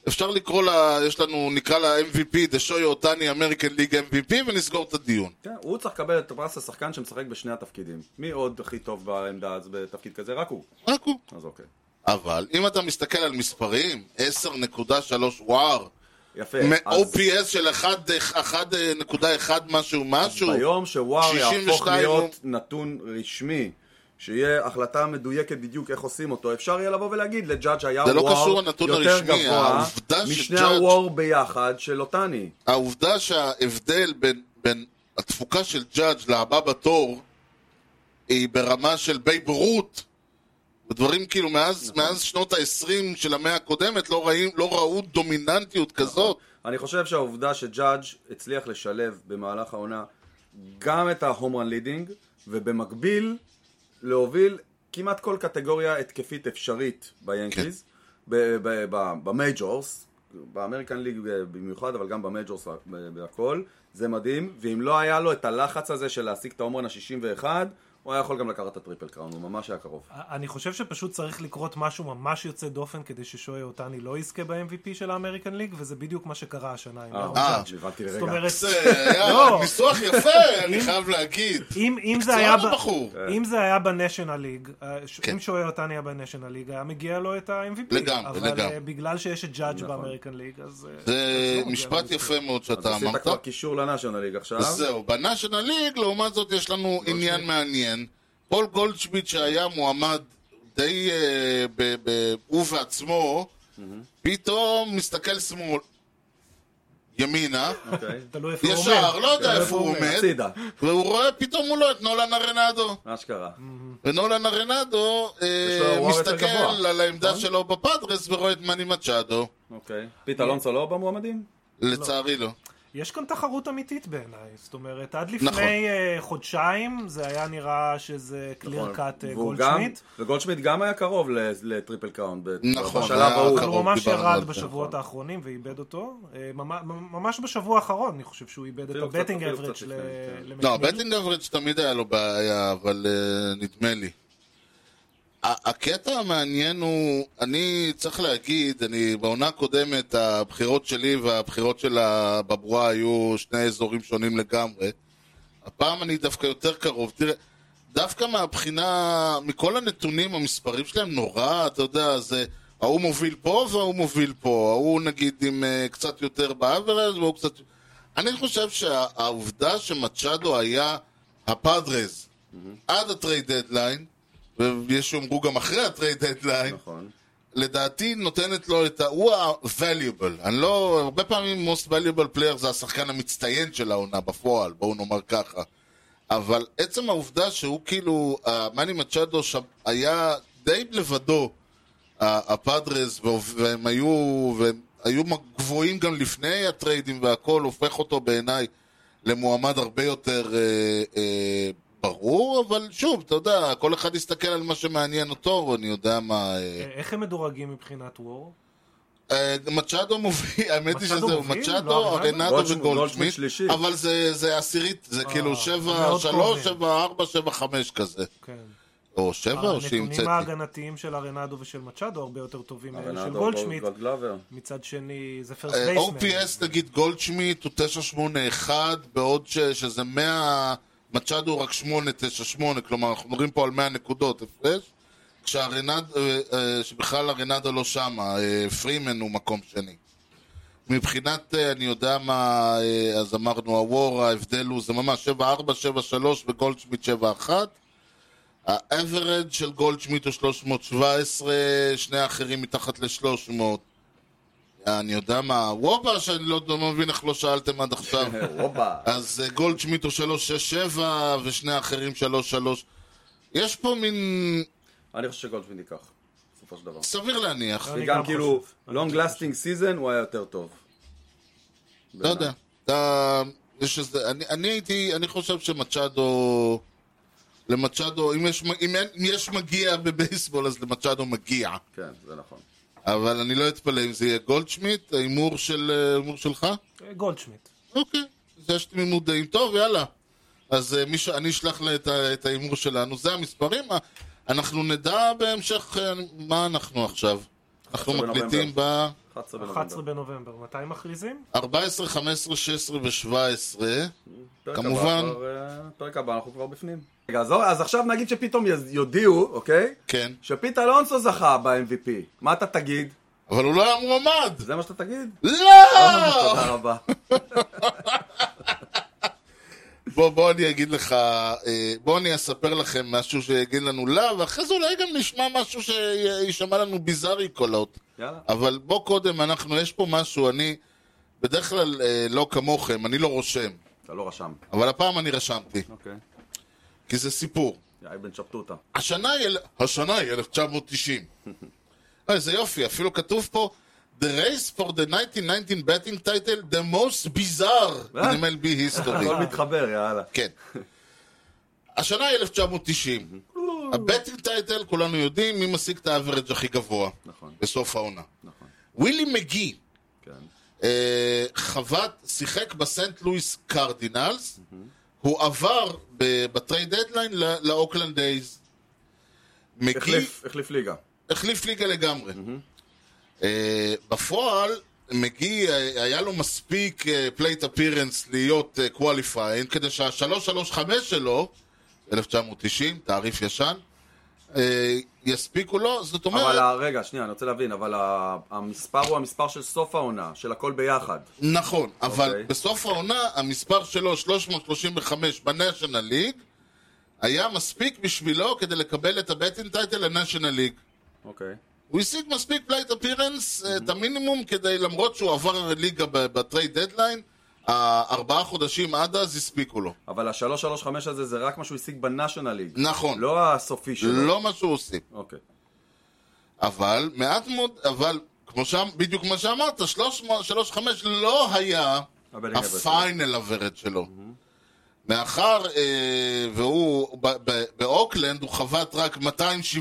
אפשר לקרוא לה, יש לנו, נקרא לה MVP, דשוי אותני אמריקן ליג MVP, ונסגור את הדיון. כן, הוא צריך לקבל את הפרס לשחקן שמשחק בשני התפקידים. מי עוד הכי טוב בעמדה אז בתפקיד כזה? רק הוא. רק הוא. אז אוקיי. אבל אם אתה מסתכל על מספרים, 10.3 וואר, יפה. אז מ-OPS של 1.1 משהו משהו. ביום שוואר יהפוך 62 להיות נתון רשמי, שיהיה החלטה מדויקת בדיוק איך עושים אותו, אפשר יהיה לבוא ולהגיד לג'אדג' היה זה לא קשור וואר לנתון יותר הרשמי, גבוה העובדה משני שג'אדג'- הוואר ביחד של אותני. העובדה שההבדל בין, בין התפוקה של ג'אדג' להבא בתור היא ברמה של בייב רות ודברים כאילו מאז, נכון. מאז שנות ה-20 של המאה הקודמת לא, ראים, לא ראו דומיננטיות נכון. כזאת אני חושב שהעובדה שג'אדג' הצליח לשלב במהלך העונה גם את ההומרן לידינג, ובמקביל להוביל כמעט כל קטגוריה התקפית אפשרית ביאנקיז, ב- ב- ב- במייג'ורס, באמריקן ליג במיוחד, אבל גם במייג'ורס והכל, זה מדהים, ואם לא היה לו את הלחץ הזה של להשיג את ההומרן ה-61, הוא היה יכול גם לקחת את הטריפל קראון, הוא ממש היה קרוב. אני חושב שפשוט צריך לקרות משהו ממש יוצא דופן כדי ששוהי אותני לא יזכה ב-MVP של האמריקן ליג, וזה בדיוק מה שקרה השנה עם לאון אה, ג'אדג'. הבנתי זאת לרגע. אומרת, זה אה, היה לא. ניסוח יפה, אני חייב להגיד. אם, אם, זה מקצוען היה ב... הבחור. אה. אם זה היה בניישנל ליג, אה, ש- לא כן. אם שוהי אותני היה בניישנל ליג, היה מגיע לו את ה-MVP. לגמרי, אבל לגמרי. אה, בגלל שיש את ג'אדג' נכון. באמריקן ליג, אז... אה, זה לא מגיע משפט לו יפה מאוד אז שאתה עשית אמרת. כבר קישור לנאשונל ליג עכשיו. אז זהו, בנאשונל ליג, לעומת זאת, יש לנו עניין מעניין. פול גולדשמיט שהיה מועמד די... אה, ב- ב- הוא בעצמו, פתאום מסתכל שמאל, ימינה, אוקיי. אה, תלוי איפה הוא עומד. ישר, לא יודע איפה הוא עומד, הצידה, והוא רואה פתאום מולו את נולן ארנדו. אשכרה. ונולן ארנדו אה, יש לו הוואו יותר מסתכל גבוה. על העמדה שלו בפאדרס ורואה את מני מצ'אדו. אוקיי. פית אלונסו לא במועמדים? לצערי לא. יש כאן תחרות אמיתית בעיניי, זאת אומרת, עד לפני נכון. אה, חודשיים זה היה נראה שזה קליר קאט אה, נכון. והוא גם- גולדשמיט, וגולדשמיט גם היה קרוב ל- לטריפל קראון. ב- נכון, בשלב היה ההוא. אבל הוא קרוב, ממש דיברנו על ירד זה. בשבועות האחרונים ואיבד אותו, אה, ממ- ממש בשבוע האחרון אני חושב שהוא איבד את אפילו קצת- הבטינג אפילו אברג' קצת לפני, כן. לא, בטינג אברג' תמיד היה לו בעיה, אבל אה, נדמה לי. ה- הקטע המעניין הוא, אני צריך להגיד, אני בעונה הקודמת, הבחירות שלי והבחירות של הבבואה היו שני אזורים שונים לגמרי. הפעם אני דווקא יותר קרוב. תראה, דווקא מהבחינה, מכל הנתונים, המספרים שלהם נורא, אתה יודע, זה... ההוא מוביל פה וההוא מוביל פה, ההוא נגיד עם uh, קצת יותר באברז והוא קצת... אני חושב שהעובדה שמצ'אדו היה הפאדרז עד הטרייד דדליין, ויש שיאמרו גם אחרי הטרייד דדליין, נכון. לדעתי נותנת לו את ה... הוא ה-valuable. אני לא... הרבה פעמים most valuable player זה השחקן המצטיין של העונה בפועל, בואו נאמר ככה. אבל עצם העובדה שהוא כאילו... אה, מאני מצ'אדו שם היה די לבדו ה- הפאדרס, והוב- והם היו... והם היו גבוהים גם לפני הטריידים והכל, הופך אותו בעיניי למועמד הרבה יותר אה, אה, ברור, אבל שוב, אתה יודע, כל אחד יסתכל על מה שמעניין אותו, אני יודע מה... אה, אה, איך הם מדורגים מבחינת וור? אה, מצ'אדו מוביל, האמת היא מצ'אדו שזהו, מוביל? מצ'אדו, לא, ארנדו גולדשמיט- גולדשמיט וגולדשמיט, שלישי. אבל זה- זה עשירית, זה אה, כאילו שבע, מאוד שלוש, קרובים. שבע, ארבע, שבע, חמש כזה. כן. או שבע, או הנתונים שהמצאתי. ההגנתיים של ארנדו ושל מצ'אדו הרבה יותר טובים מאלה של רנדו, גולדשמיט, גולד גלאבר. מצד שני זה פרסט אה, בייסמן. OPS נגיד גולדשמיט הוא 981, בעוד ש- שזה 100, מצ'אדו הוא רק 898, כלומר אנחנו מדברים פה על 100 נקודות הפרש. כשהרנדו, אה, אה, שבכלל הרנדו לא שמה, אה, פרימן הוא מקום שני. מבחינת, אה, אני יודע מה, אה, אז אמרנו הוור, ההבדל הוא, זה ממש 7-4, 7-3 וגולדשמיט 7-1. האברד של גולדשמיט הוא 317, שני האחרים מתחת ל-300. אני יודע מה, וובה שאני לא לא מבין איך לא שאלתם עד עכשיו. רובה. אז אה, גולדשמיט הוא 367 ושני האחרים 33. יש פה מין, אני חושב שגולדשמיט ייקח. בסופו של דבר. סביר להניח, אני וגם גם כאילו, חושב. long lasting season הוא היה יותר טוב. לא יודע. אתה... יש איזה... אני, אני הייתי... אני חושב שמצ'אדו... למצ'אדו... אם יש, מ- אם, אין, אם יש מגיע בבייסבול, אז למצ'אדו מגיע. כן, זה נכון. אבל אני לא אתפלא אם זה יהיה גולדשמיט, ההימור של, ההימור שלך? אה, גולדשמיט. לא, אוקיי. אז יש לי מודעים. טוב, יאללה. אז אה, מי ש... אני אשלח לה את, ה- את ההימור שלנו. זה המספרים. ה- אנחנו נדע בהמשך אה, מה אנחנו עכשיו. אנחנו 11 מקליטים ב... 11 בנובמבר. 11 בנובמבר, מתי מכריזים? 14, 15, 16 ו-17. פרק הבא כמובן. כבר, אה, פרק הבא אנחנו כבר בפנים. רגע, אז אז עכשיו נגיד שפתאום יז- יודיעו, אוקיי? כן. שפית אלונסו זכה ב-MVP. מה אתה תגיד? אבל הוא לא היה מועמד! זה מה שאתה תגיד? לא! תודה רבה. בוא, בוא אני אגיד לך, אה, בוא אני אספר לכם משהו שיגיד לנו לא, ואחרי זה אולי גם נשמע משהו שיישמע לנו ביזארי קולות. יאללה. אבל בוא קודם, אנחנו, יש פה משהו, אני בדרך כלל אה, לא כמוכם, אני לא רושם, אתה לא רשם. אבל הפעם אני רשמתי, אוקיי. כי זה סיפור. יא אבן שבתותה. השנה היא, אל- השנה היא 1990. אה, איזה יופי, אפילו כתוב פה The race for the 1919 betting title, the most bizarre אה? in MLB history. הכל מתחבר, יאללה. כן. השנה היא 1990. נכון. הבטינג טייטל, כולנו יודעים, מי משיג את האברג' הכי גבוה. נכון. בסוף העונה. נכון. ווילי מגי כן. אה, חבט, שיחק בסנט לואיס קרדינלס, הוא עבר ב- בטרייד דדליין ל- לאוקלנד דייז. מקי החליף, החליף ליגה. החליף ליגה לגמרי. אה, בפועל, מגי, אה, היה לו מספיק פלייט אפירנס להיות קואליפיין, כדי שה-335 שלו, 1990, תעריף ישן, אה, יספיקו לו, זאת אבל אומרת, ה- רגע, שנייה, אני רוצה להבין, אבל ה- המספר הוא המספר של סוף העונה, של הכל ביחד. נכון, אבל אוקיי. בסוף העונה, המספר שלו, 335 בניישנל ליג, היה מספיק בשבילו כדי לקבל את הבטין טייטל לניישנל ליג. אוקיי. הוא השיג מספיק פלייט אפירנס, את המינימום, כדי, למרות שהוא עבר ליגה ב- בטרייד דדליין, הארבעה חודשים עד אז הספיקו לו. אבל ה-335 הזה זה רק מה שהוא השיג בנאשונל ליג. נכון, לא הסופי שלו. לא מה שהוא עושה. אוקיי. אבל, מעט מאוד, אבל, כמו שם, בדיוק מה שאמרת, 335 לא היה הבטינג אברד שלו. הפיינל אברד שלו. מאחר, אה, והוא, ב- ב- באוקלנד הוא חבט רק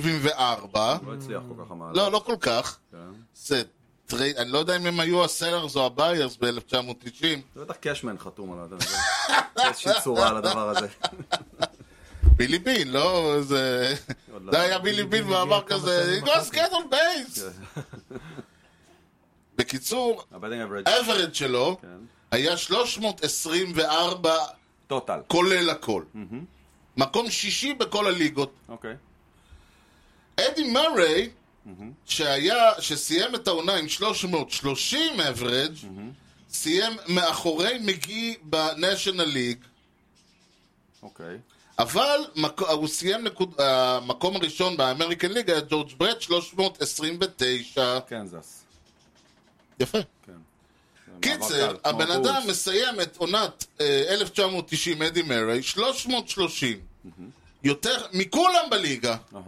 274, לא הצליח כל כך המהלך. לא, לא כל כך. כן. זה טרייד, אני לא יודע אם הם היו הסלרס או הביירס ב-1990. זה בטח קשמן חתום על הדבר הזה. איזושהי צורה על הדבר הזה. בילי בין, לא? זה... עוד לא. זה היה בילי בין ואמר כזה, he goes get on base! כן. בקיצור, הבטינג אברג' האברד שלו כן. היה 324 טוטל. כולל הכל. מקום שישי בכל הליגות. אוקיי. אדי מרי, שהיה, שסיים את העונה עם 330 אברג', סיים מאחורי מגי בניישנל ליג. אוקיי. אבל מק... הוא סיים נקוד... המקום הראשון באמריקן ליג היה ג'ורג' ברט 329. קנזס. יפה. כן. זה מעבר קיצר, קל, כן, כמו הבן הבולס. אדם מסיים את עונת אה, 1990, אדי מרי, 330. יותר מכולם בליגה. אהה.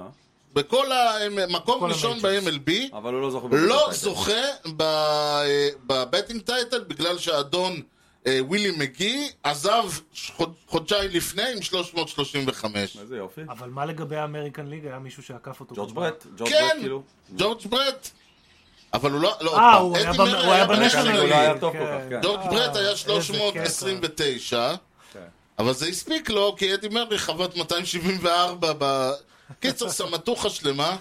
בכל המקום ראשון ב-MLB. אבל הוא לא זוכר. לא בטייטל. זוכה ב- אה, בבטינג טייטל בגלל שהאדון אה, ווילי מגי עזב חוד- חודשיים לפני עם 335. איזה יופי. אבל מה לגבי האמריקן ליג? היה מישהו שעקף אותו. ג'ורג' כבר. ברט. ג'ורג' כן, ברט כאילו. ג'ורג' ברט. אבל הוא לא, לא, עוד אה, פעם, אדי הוא היה במ- מרי הוא היה בנשיונל בנשיונל ליג. הוא לא היה ליג, טוב כל כן. כך, כן. ג'ורג' ברט אה, היה איזה 329, כן. אבל זה הספיק לו, כי אדי מרי חבט 274 ב... קיצור, סמטוחה שלמה,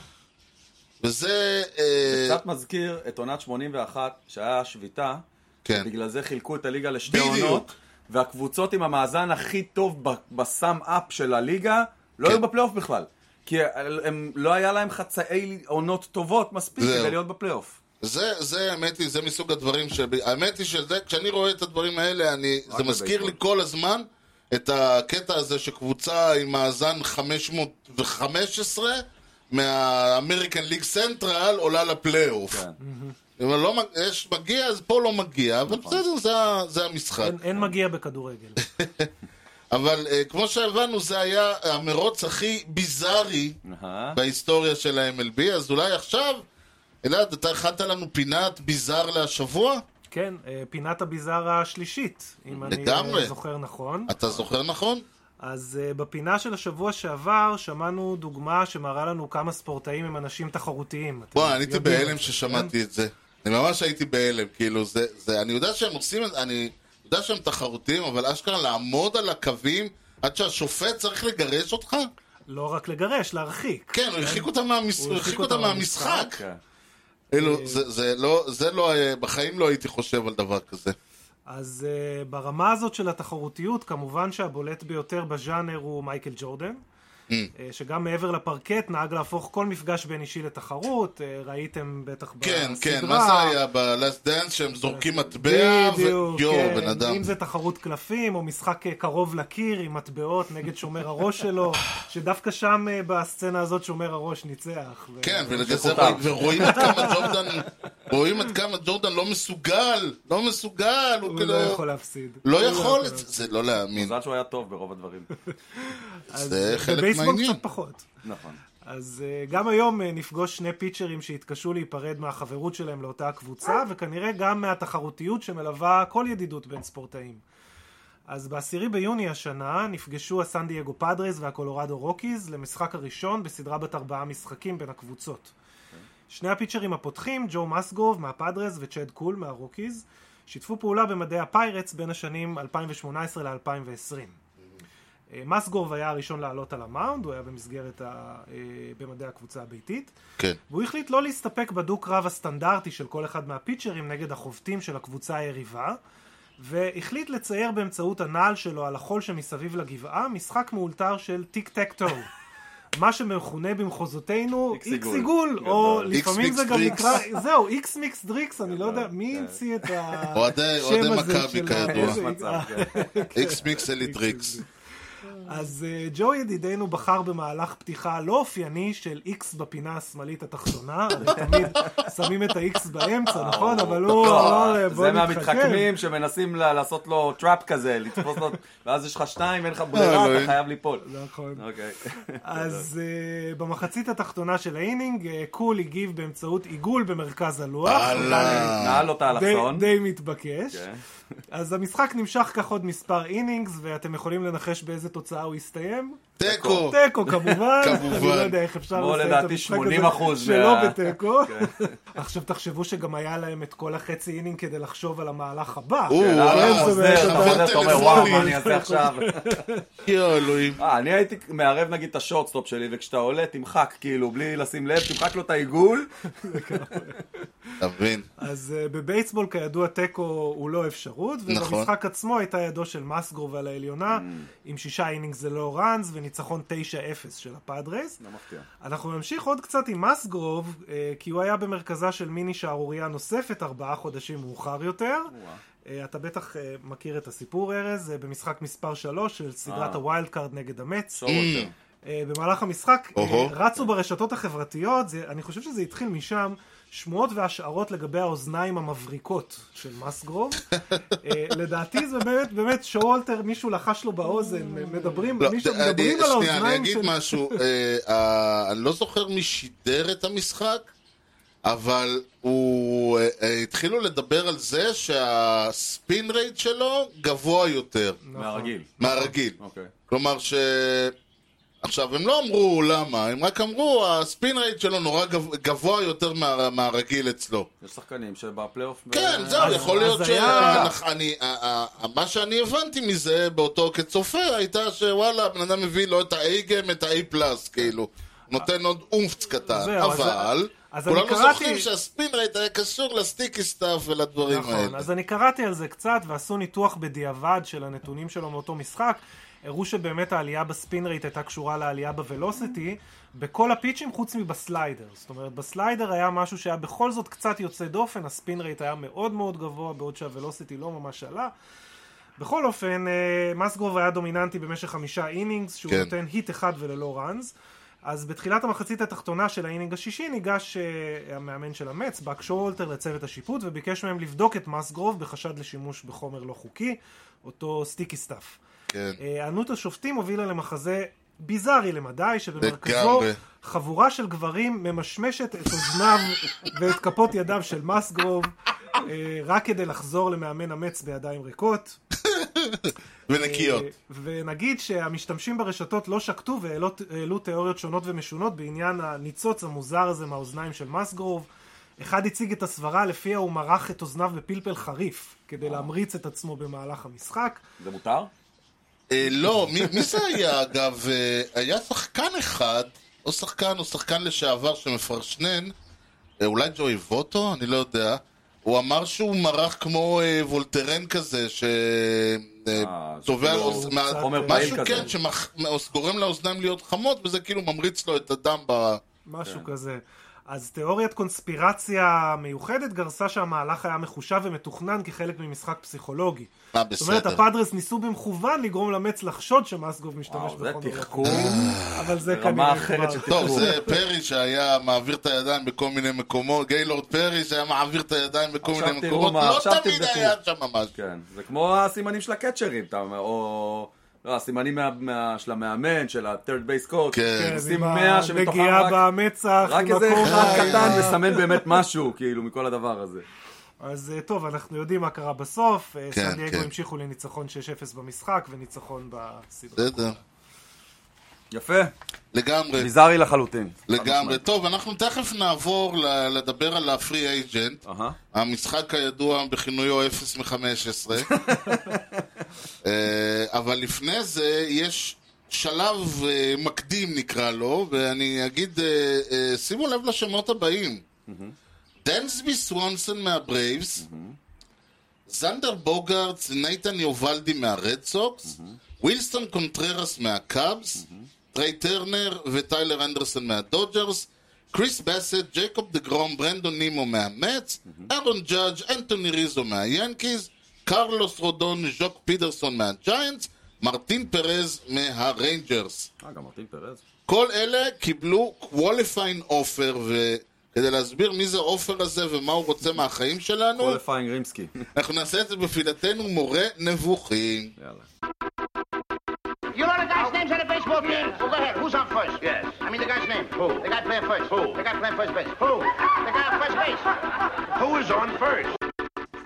וזה... אה, קצת מזכיר את עונת 81, שהיה השביתה, כן. בגלל זה חילקו את הליגה לשתי בדיוק. עונות, והקבוצות עם המאזן הכי טוב ב- בסאם-אפ של הליגה, לא כן. היו בפלייאוף בכלל. כי הם, לא היה להם חצאי עונות טובות מספיק זהו. כדי להיות בפלייאוף. זה, זה, האמת היא, זה מסוג הדברים ש... האמת היא שזה, כשאני רואה את הדברים האלה, אני, זה מזכיר לי בבייסבול. כל הזמן את הקטע הזה שקבוצה עם מאזן 515 מהאמריקן ליג סנטרל עולה לפלייאוף. כן. אם לא, מג- יש מגיע, אז פה לא מגיע, אבל בסדר, זה, ה- זה המשחק. אין- אין מגיע בכדורגל. אבל אה, כמו שהבנו, זה היה המרוץ הכי ביזארי אהה. בהיסטוריה של ה-MLB, אז אולי עכשיו, אלעד, אתה הכנת לנו פינת ביזאר להשבוע? כן, אה, פינת הביזאר השלישית, אם אני אה, לגמרי. זוכר נכון. אתה זוכר נכון? אז אה, בפינה של השבוע שעבר שמענו דוגמה שמראה לנו כמה ספורטאים הם אנשים תחרותיים. אתם וואי, אני הייתי יודעים. בהלם ששמעתי את זה. אני ממש הייתי בהלם, כאילו, זה, זה, אני יודע שהם עושים את זה, אני יודע שהם תחרותיים, אבל אשכרה לעמוד על הקווים עד שהשופט צריך לגרש אותך? לא רק לגרש, להרחיק. כן, הוא הרחיק אותם מהמש- הוא הרחיק אותם מהמשחק. כן. כאילו, זה- זה לא, זה לא, אה, בחיים לא הייתי חושב על דבר כזה. אז uh, ברמה הזאת של התחרותיות, כמובן שהבולט ביותר בז'אנר הוא מייקל ג'ורדן, mm. uh, שגם מעבר לפרקט נהג להפוך כל מפגש בין אישי לתחרות, uh, ראיתם בטח כן, בסדרה. כן, מה זה היה ב-Last Dance שהם זורקים מטבע, בדיוק, ויואו, כן. בן אדם. אם זה תחרות קלפים, או משחק אה, קרוב לקיר עם מטבעות נגד שומר הראש שלו, שדווקא שם אה, בסצנה הזאת שומר הראש ניצח. ו- כן, ובגלל זה שחותם. רואים- ורואים עד כמה ג'ורדן, רואים עד כמה ג'ורדן לא מסוגל, לא מסוגל, הוא הוא לא כאילו... יכול להפסיד. לא יכול, את זה- זה לא להאמין, מזל שהוא היה טוב ברוב הדברים. אז, זה אה, חלק בבייסבול מהעניין. קצת פחות. נכון. אז אה, גם היום אה, נפגוש שני פיצ'רים שהתקשו להיפרד מהחברות שלהם לאותה הקבוצה, וכנראה גם מהתחרותיות שמלווה כל ידידות בין ספורטאים. אז ב-10 ביוני השנה נפגשו הסן דייגו פאדרס והקולורדו רוקיז למשחק הראשון בסדרה בת ארבעה משחקים בין הקבוצות. שני הפיצ'רים הפותחים, ג'ו מסגוב מהפאדרס וצ'ד קול מהרוקיז, שיתפו פעולה במדעי הפיירטס בין השנים 2018 ל-2020. אה, מסגרוב היה הראשון לעלות על המאונד, הוא היה במסגרת, ה, אה, במדעי הקבוצה הביתית, כן. והוא החליט לא להסתפק בדו-קרב הסטנדרטי של כל אחד מהפיצ'רים נגד החובטים של הקבוצה היריבה, והחליט לצייר באמצעות הנעל שלו על החול שמסביב לגבעה משחק מאולתר של טיק טק טו. מה שמכונה במחוזותינו איקס איקס עיגול. עיגול, או גדול. לפעמים איקס זה מיקס גם דריקס. נקרא, זהו, איקס מיקס דריקס, אני לא יודע, מי כן. המציא את ה... אוהדי- השם אוהדי הזה מכבי, של ה- אה, כידוע. יש איזה- מצב, כן. איקס מיקס אליטריקס. אז אה, ג'ו ידידנו בחר במהלך פתיחה לא אופייני של איקס בפינה השמאלית התחתונה, הרי תמיד שמים את האיקס באמצע, נכון? אבל הוא אמר, אה, בוא אה, אוקיי. זה נתחכם. מהמתחכמים שמנסים ל- לעשות לו טראפ כזה, לתפוס לו, ואז יש לך שניים, אין לך ברירה, אה, אלוהים. אתה חייב ליפול. נכון. אוקיי. אז אה, במחצית התחתונה של האינינג, אה, קול הגיב באמצעות עיגול במרכז הלוח. הלאה. נעל אותה די- אלכסון. די מתבקש. כן. אז המשחק נמשך כך עוד מספר אינינגס, ואתם יכולים לנחש באיזה תוצאה הוא יסתיים? תיקו. תיקו כמובן, כמובן. אני לא יודע איך אפשר כמו לסיים את לדעתי המשחק 80% הזה שלא מה- כן. בתיקו. עכשיו תחשבו שגם היה להם את כל החצי אינינג כדי לחשוב על המהלך הבא. או, כן, וואו, למה? זה חוזר, באמת, אתה חוזר, אתה אומר, טלפוני. וואו, מה אני אעשה עכשיו? יו אלוהים. אה, אני הייתי מערב נגיד את השורטסטופ שלי, וכשאתה עולה תמחק, כאילו, בלי לשים לב, תמחק לו את העיגול. Mm, אתה מבין? אז אה, בבייסבול כידוע תיקו הוא לא אפשרות, נכון. ובמשחק עצמו הייתה ידו של מסגרוב על Mm. העליונה, עם שישה אינינגס ללא ראנס וניצחון 9-0 של הפאדרייס. לא מפתיע. אנחנו נמשיך עוד קצת עם מסגרוב, אה, כי הוא היה במרכזה של מיני שערורייה נוספת ארבעה חודשים מאוחר יותר. אה, אתה בטח אה, מכיר את הסיפור, ארז, אה, במשחק מספר 3 של סדרת אה. הווילד קארד נגד המץ. שורטר. אה, במהלך המשחק אה, אוהו. רצו ברשתות החברתיות, זה, אני חושב שזה התחיל משם, שמועות והשערות לגבי האוזניים המבריקות של מסגרוב. אה, לדעתי זה באמת, באמת שואולטר, מישהו לחש לו באוזן, מדברים, לא, מישהו, אני- מדברים על שנייה, אני האוזניים אגיד של... משהו. אה, ה- אני לא זוכר מי שידר את המשחק, אבל הוא... אה, אה, התחילו לדבר על זה שהספין רייט שלו גבוה יותר נכון. מהרגיל. מהרגיל. אוקיי. כלומר ש... עכשיו, הם לא אמרו למה, הם רק אמרו, הספין רייט שלו נורא גב- גבוה יותר מה- מהרגיל אצלו. יש שחקנים שבפלייאוף... אה, כן, ב- זהו, אז- יכול אז להיות ש... היה- אנחנו- אני- ה- ה- ה- מה שאני הבנתי מזה באותו כצופה, הייתה שוואלה, הבן אדם מביא לו את ה-A גם, את ה-A פלאס, כאילו. נותן עוד אומפץ קטן, זהו, אז- אבל אז אני כולנו קראתי- זוכרים שהספין רייט היה קשור לסטיקי סטאפ ולדברים נכון, האלה. אז אני קראתי על זה קצת ועשו ניתוח בדיעבד של הנתונים שלו מאותו משחק. הראו שבאמת העלייה בספין רייט הייתה קשורה לעלייה בוולוסיטי בכל הפיצ'ים חוץ מבסליידר. זאת אומרת, בסליידר היה משהו שהיה בכל זאת קצת יוצא דופן, הספין רייט היה מאוד מאוד גבוה, בעוד שהוולוסיטי לא ממש עלה. בכל אופן, אה, מסגרוב היה דומיננטי במשך חמישה אינינגס, שהוא כן. נותן היט אחד וללא ראנס. אז בתחילת המחצית התחתונה של האינינג השישי ניגש אה, המאמן של המץ, באק שורולטר, לצוות השיפוט, וביקש מהם לבדוק את מסגרוב בחשד לשימוש בחומר לא חוקי, אותו סטיקי סטאף. כן. אה, היענות השופטים הובילה למחזה ביזארי למדי, שבמרכזו לגמרי. חבורה של גברים ממשמשת את אוזניו ואת כפות ידיו של מסגרוב, אה, רק כדי לחזור למאמן המץ בידיים ריקות. ונקיות. אה, ונגיד שהמשתמשים ברשתות לא שקטו והעלו העלו תיאוריות שונות ומשונות בעניין הניצוץ המוזר הזה מהאוזניים של מסגרוב. אחד הציג את הסברה לפיה הוא מרח את אוזניו בפלפל חריף, כדי להמריץ את עצמו במהלך המשחק. זה מותר? אה, לא, מי, מי זה היה אגב? אה, היה שחקן אחד, או שחקן או שחקן לשעבר שמפרשנן, אה, אולי ג'וי ווטו, אני לא יודע, הוא אמר שהוא מרח כמו אה, וולטרן כזה, ש... אה, אה, צובע על שכאילו אוז... מה... חומר קצת, משהו פעיל כזה. כן, שגורם לאוזניים להיות חמות, וזה כאילו ממריץ לו את הדם ב... כן. משהו כזה. אז תיאוריית קונספירציה מיוחדת גרסה שהמהלך היה מחושב ומתוכנן כחלק ממשחק פסיכולוגי. אה, זאת אומרת, בסדר. הפאדרס ניסו במכוון לגרום למץ לחשוד שמאסגוב משתמש וואו, אה, זה בחומר. תחכום. אבל זה רמה כנראה אחרת כבר- של תחכום. טוב, זה פרי שהיה מעביר את הידיים בכל מיני מקומות, גיילורד פרי שהיה מעביר את הידיים בכל עכשיו מיני תראו מקומות, מה, לא עכשיו תמיד תבדקו. היה שם משהו. כן, זה כמו הסימנים של הקצ'רים, אתה אומר, או... לא, הסימנים מה- מה- של המאמן, של ה-third base coach. כן. כן, עושים עם 100 שמתוכם הנגיעה רק- במצח, רק עם איזה הכובע. אחד קטן מסמן באמת משהו, כאילו, מכל הדבר הזה. אז אה, טוב, אנחנו יודעים מה קרה בסוף. אה, כן, סן דייגו כן. המשיכו לניצחון 6-0 במשחק וניצחון בסדרה. בסדר. יפה. לגמרי, ביזארי לחלוטין. לגמרי. טוב, אנחנו תכף נעבור ל- לדבר על הפרי אה. אייג'נט, אהה. המשחק הידוע בכינויו 0 מ-15. אה, אבל לפני זה יש שלב אה, מקדים נקרא לו, ואני אגיד, אה, אה, שימו לב לשמות הבאים. דנסבי סוונסון מהברייבס, זנדר בוגארדס, נייתן יובלדי מהרד סוקס, ווילסטון קונטררס מהקאבס, טריי טרנר וטיילר אנדרסון מהדודג'רס, קריס בסט, ג'ייקוב דה גרום, ברנדון נימו מהמץ, אהרון ג'אדג', אנטוני ריזו מהיאנקיז, קרלוס רודון, ז'וק פידרסון מהג'יינטס, מרטין פרז מהריינג'רס. אה, גם מרטין פרז. כל אלה קיבלו qualifying offer, וכדי להסביר מי זה offer הזה ומה הוא רוצה מהחיים שלנו, קוליפיינג רימסקי. אנחנו נעשה את זה בפילתנו מורה נבוכים. יאללה. You know the guy's names on the baseball team? Well, go ahead. Who's on first? Yes. I mean the guy's name. Who? The guy playing first. Who? The guy playing first base. Who? The guy on first base. Who is on first?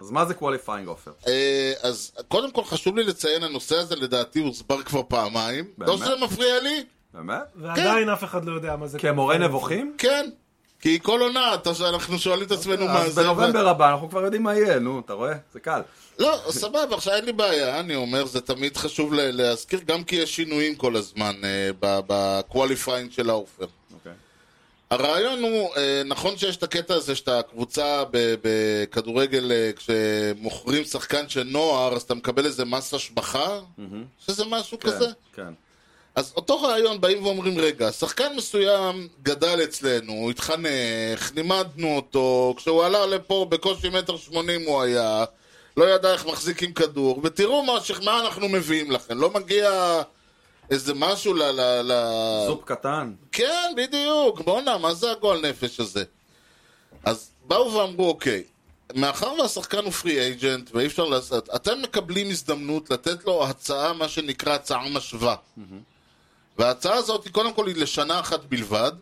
אז מה זה קוליפיינג אופר? אה, אז קודם כל חשוב לי לציין, הנושא הזה לדעתי הוסבר כבר פעמיים. באמת? לא שזה מפריע לי? באמת? ועדיין אף אחד לא יודע מה זה. כמורה נבוכים? כן. כי כל עונה אתה- אנחנו שואלים את עצמנו מה אוקיי, אז זה. אבל- בנובמבר הבא אנחנו כבר יודעים מה יהיה, נו, אתה רואה? זה קל. לא, סבבה, עכשיו אין לי בעיה, אני אומר, זה תמיד חשוב ל- להזכיר, גם כי יש שינויים כל הזמן אה, בקואליפיינג של האופר. אוקיי. הרעיון הוא, אה, נכון שיש את הקטע הזה שאתה קבוצה ב- בכדורגל, אה, כשמוכרים שחקן של נוער, אז אתה מקבל איזה מס השבחה, שזה משהו כזה. כן, כן. אז אותו רעיון באים ואומרים, רגע, שחקן מסוים גדל אצלנו, הוא התחנך, לימדנו אותו, כשהוא עלה לפה בקושי מטר שמונים הוא היה, לא ידע איך מחזיקים כדור, ותראו מה, ש- מה אנחנו מביאים לכם, לא מגיע איזה משהו ל... ל, ל... זופ קטן. כן, בדיוק, בואנה, מה זה הגועל נפש הזה? אז באו ואמרו, אוקיי, מאחר והשחקן הוא פרי אייג'נט ואי אפשר לעשות, אתם מקבלים הזדמנות לתת לו הצעה, מה שנקרא הצעה משווה. וההצעה הזאת היא קודם כל היא לשנה אחת בלבד.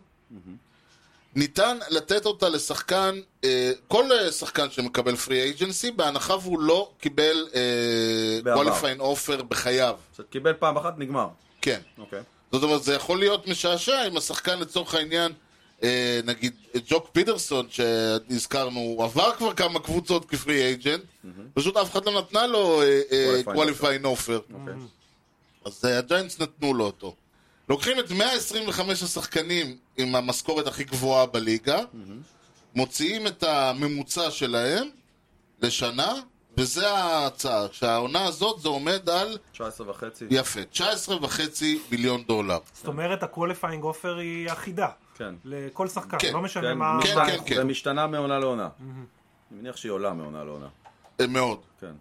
ניתן לתת אותה לשחקן, אה, כל אה, שחקן שמקבל פרי אייג'נסי, בהנחה והוא לא קיבל אה, בעבר. qualifying offer בחייו. שקיבל פעם אחת, נגמר. כן. אוקיי. זאת אומרת, זה יכול להיות משעשע אם השחקן לצורך העניין, אה, נגיד ג'וק פידרסון שהזכרנו, הוא עבר כבר כמה קבוצות כפרי אייג'נט, פשוט אף אחד לא נתנה לו אה, Qualifying qualifying offer. אוקיי. אז אה, הג'יינטס נתנו לו אותו. לוקחים את 125 השחקנים עם המשכורת הכי גבוהה בליגה, מוציאים את הממוצע שלהם לשנה, וזה ההצעה. כשהעונה הזאת זה עומד על, 19 וחצי. יפה, 19 וחצי מיליון דולר. זאת אומרת, הקואליפיינג אופר היא אחידה. כן. לכל שחקן, כן, לא משנה כן, מה... משתנה- כן, כן, כן. זה משתנה מעונה לעונה. אני מניח שהיא עולה מעונה לעונה. אה, מאוד. כן.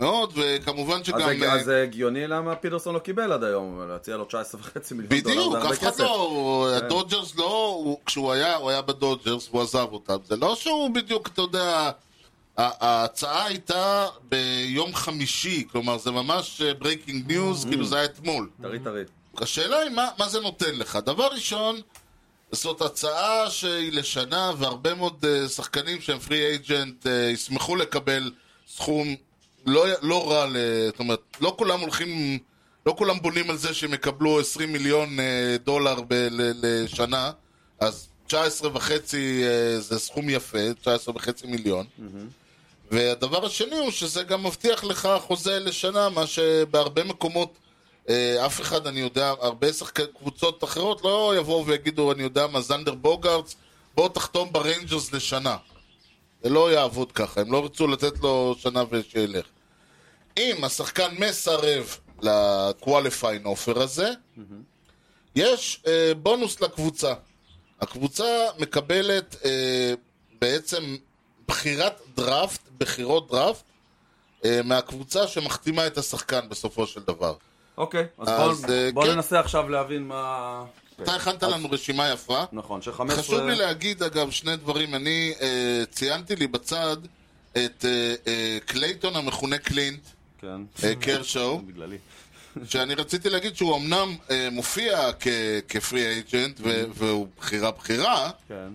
מאוד, וכמובן שגם... אז זה- אה, אז זה הגיוני למה פיטרסון לא קיבל עד היום, להציע לו 19 וחצי מיליון דולר. בדיוק, זה הרבה אף אחד כסף. כן. לא... הדודג'רס לא... הוא- כשהוא היה, הוא היה בדודג'רס, הוא עזב אותם. זה לא שהוא בדיוק, אתה יודע... ה- ההצעה הייתה ביום חמישי, כלומר זה ממש ברייקינג Mm. ניוז, כאילו זה היה אתמול. טרי טרי. השאלה היא מה, מה זה נותן לך. דבר ראשון, זאת הצעה שהיא לשנה, והרבה מאוד uh, שחקנים שהם פרי אייג'נט uh, ישמחו לקבל סכום לא, לא רע, ל, זאת אומרת, לא כולם הולכים, לא כולם בונים על זה שהם יקבלו 20 מיליון uh, דולר ב, ל, לשנה, אז 19 וחצי uh, זה סכום יפה, 19 וחצי מיליון. והדבר השני הוא שזה גם מבטיח לך חוזה לשנה, מה שבהרבה מקומות אה, אף אחד, אני יודע, הרבה שחק... קבוצות אחרות לא יבואו ויגידו, אני יודע מה, זנדר בוגארדס, בוא תחתום בריינג'רס לשנה. זה לא יעבוד ככה, הם לא ירצו לתת לו שנה ושילך. אם השחקן מסרב לקואליפיין אופר הזה, יש אה, בונוס לקבוצה. הקבוצה מקבלת אה, בעצם בחירת דראפט, בחירות דראפט, אה, מהקבוצה שמחתימה את השחקן בסופו של דבר. אוקיי, אז אז, בואו- אה, בואו כן. ננסה עכשיו להבין מה... אתה הכנת לנו רשימה יפה. נכון, ש-15... חשוב לי להגיד, אגב, שני דברים. אני אה, ציינתי לי בצד את אה, אה, קלייטון המכונה קלינט, כן, אה, קרשו. בגללי. שאני רציתי להגיד שהוא אמנם אה, מופיע כ- כפרי אייג'נט ו- והוא בחירה בחירה, כן.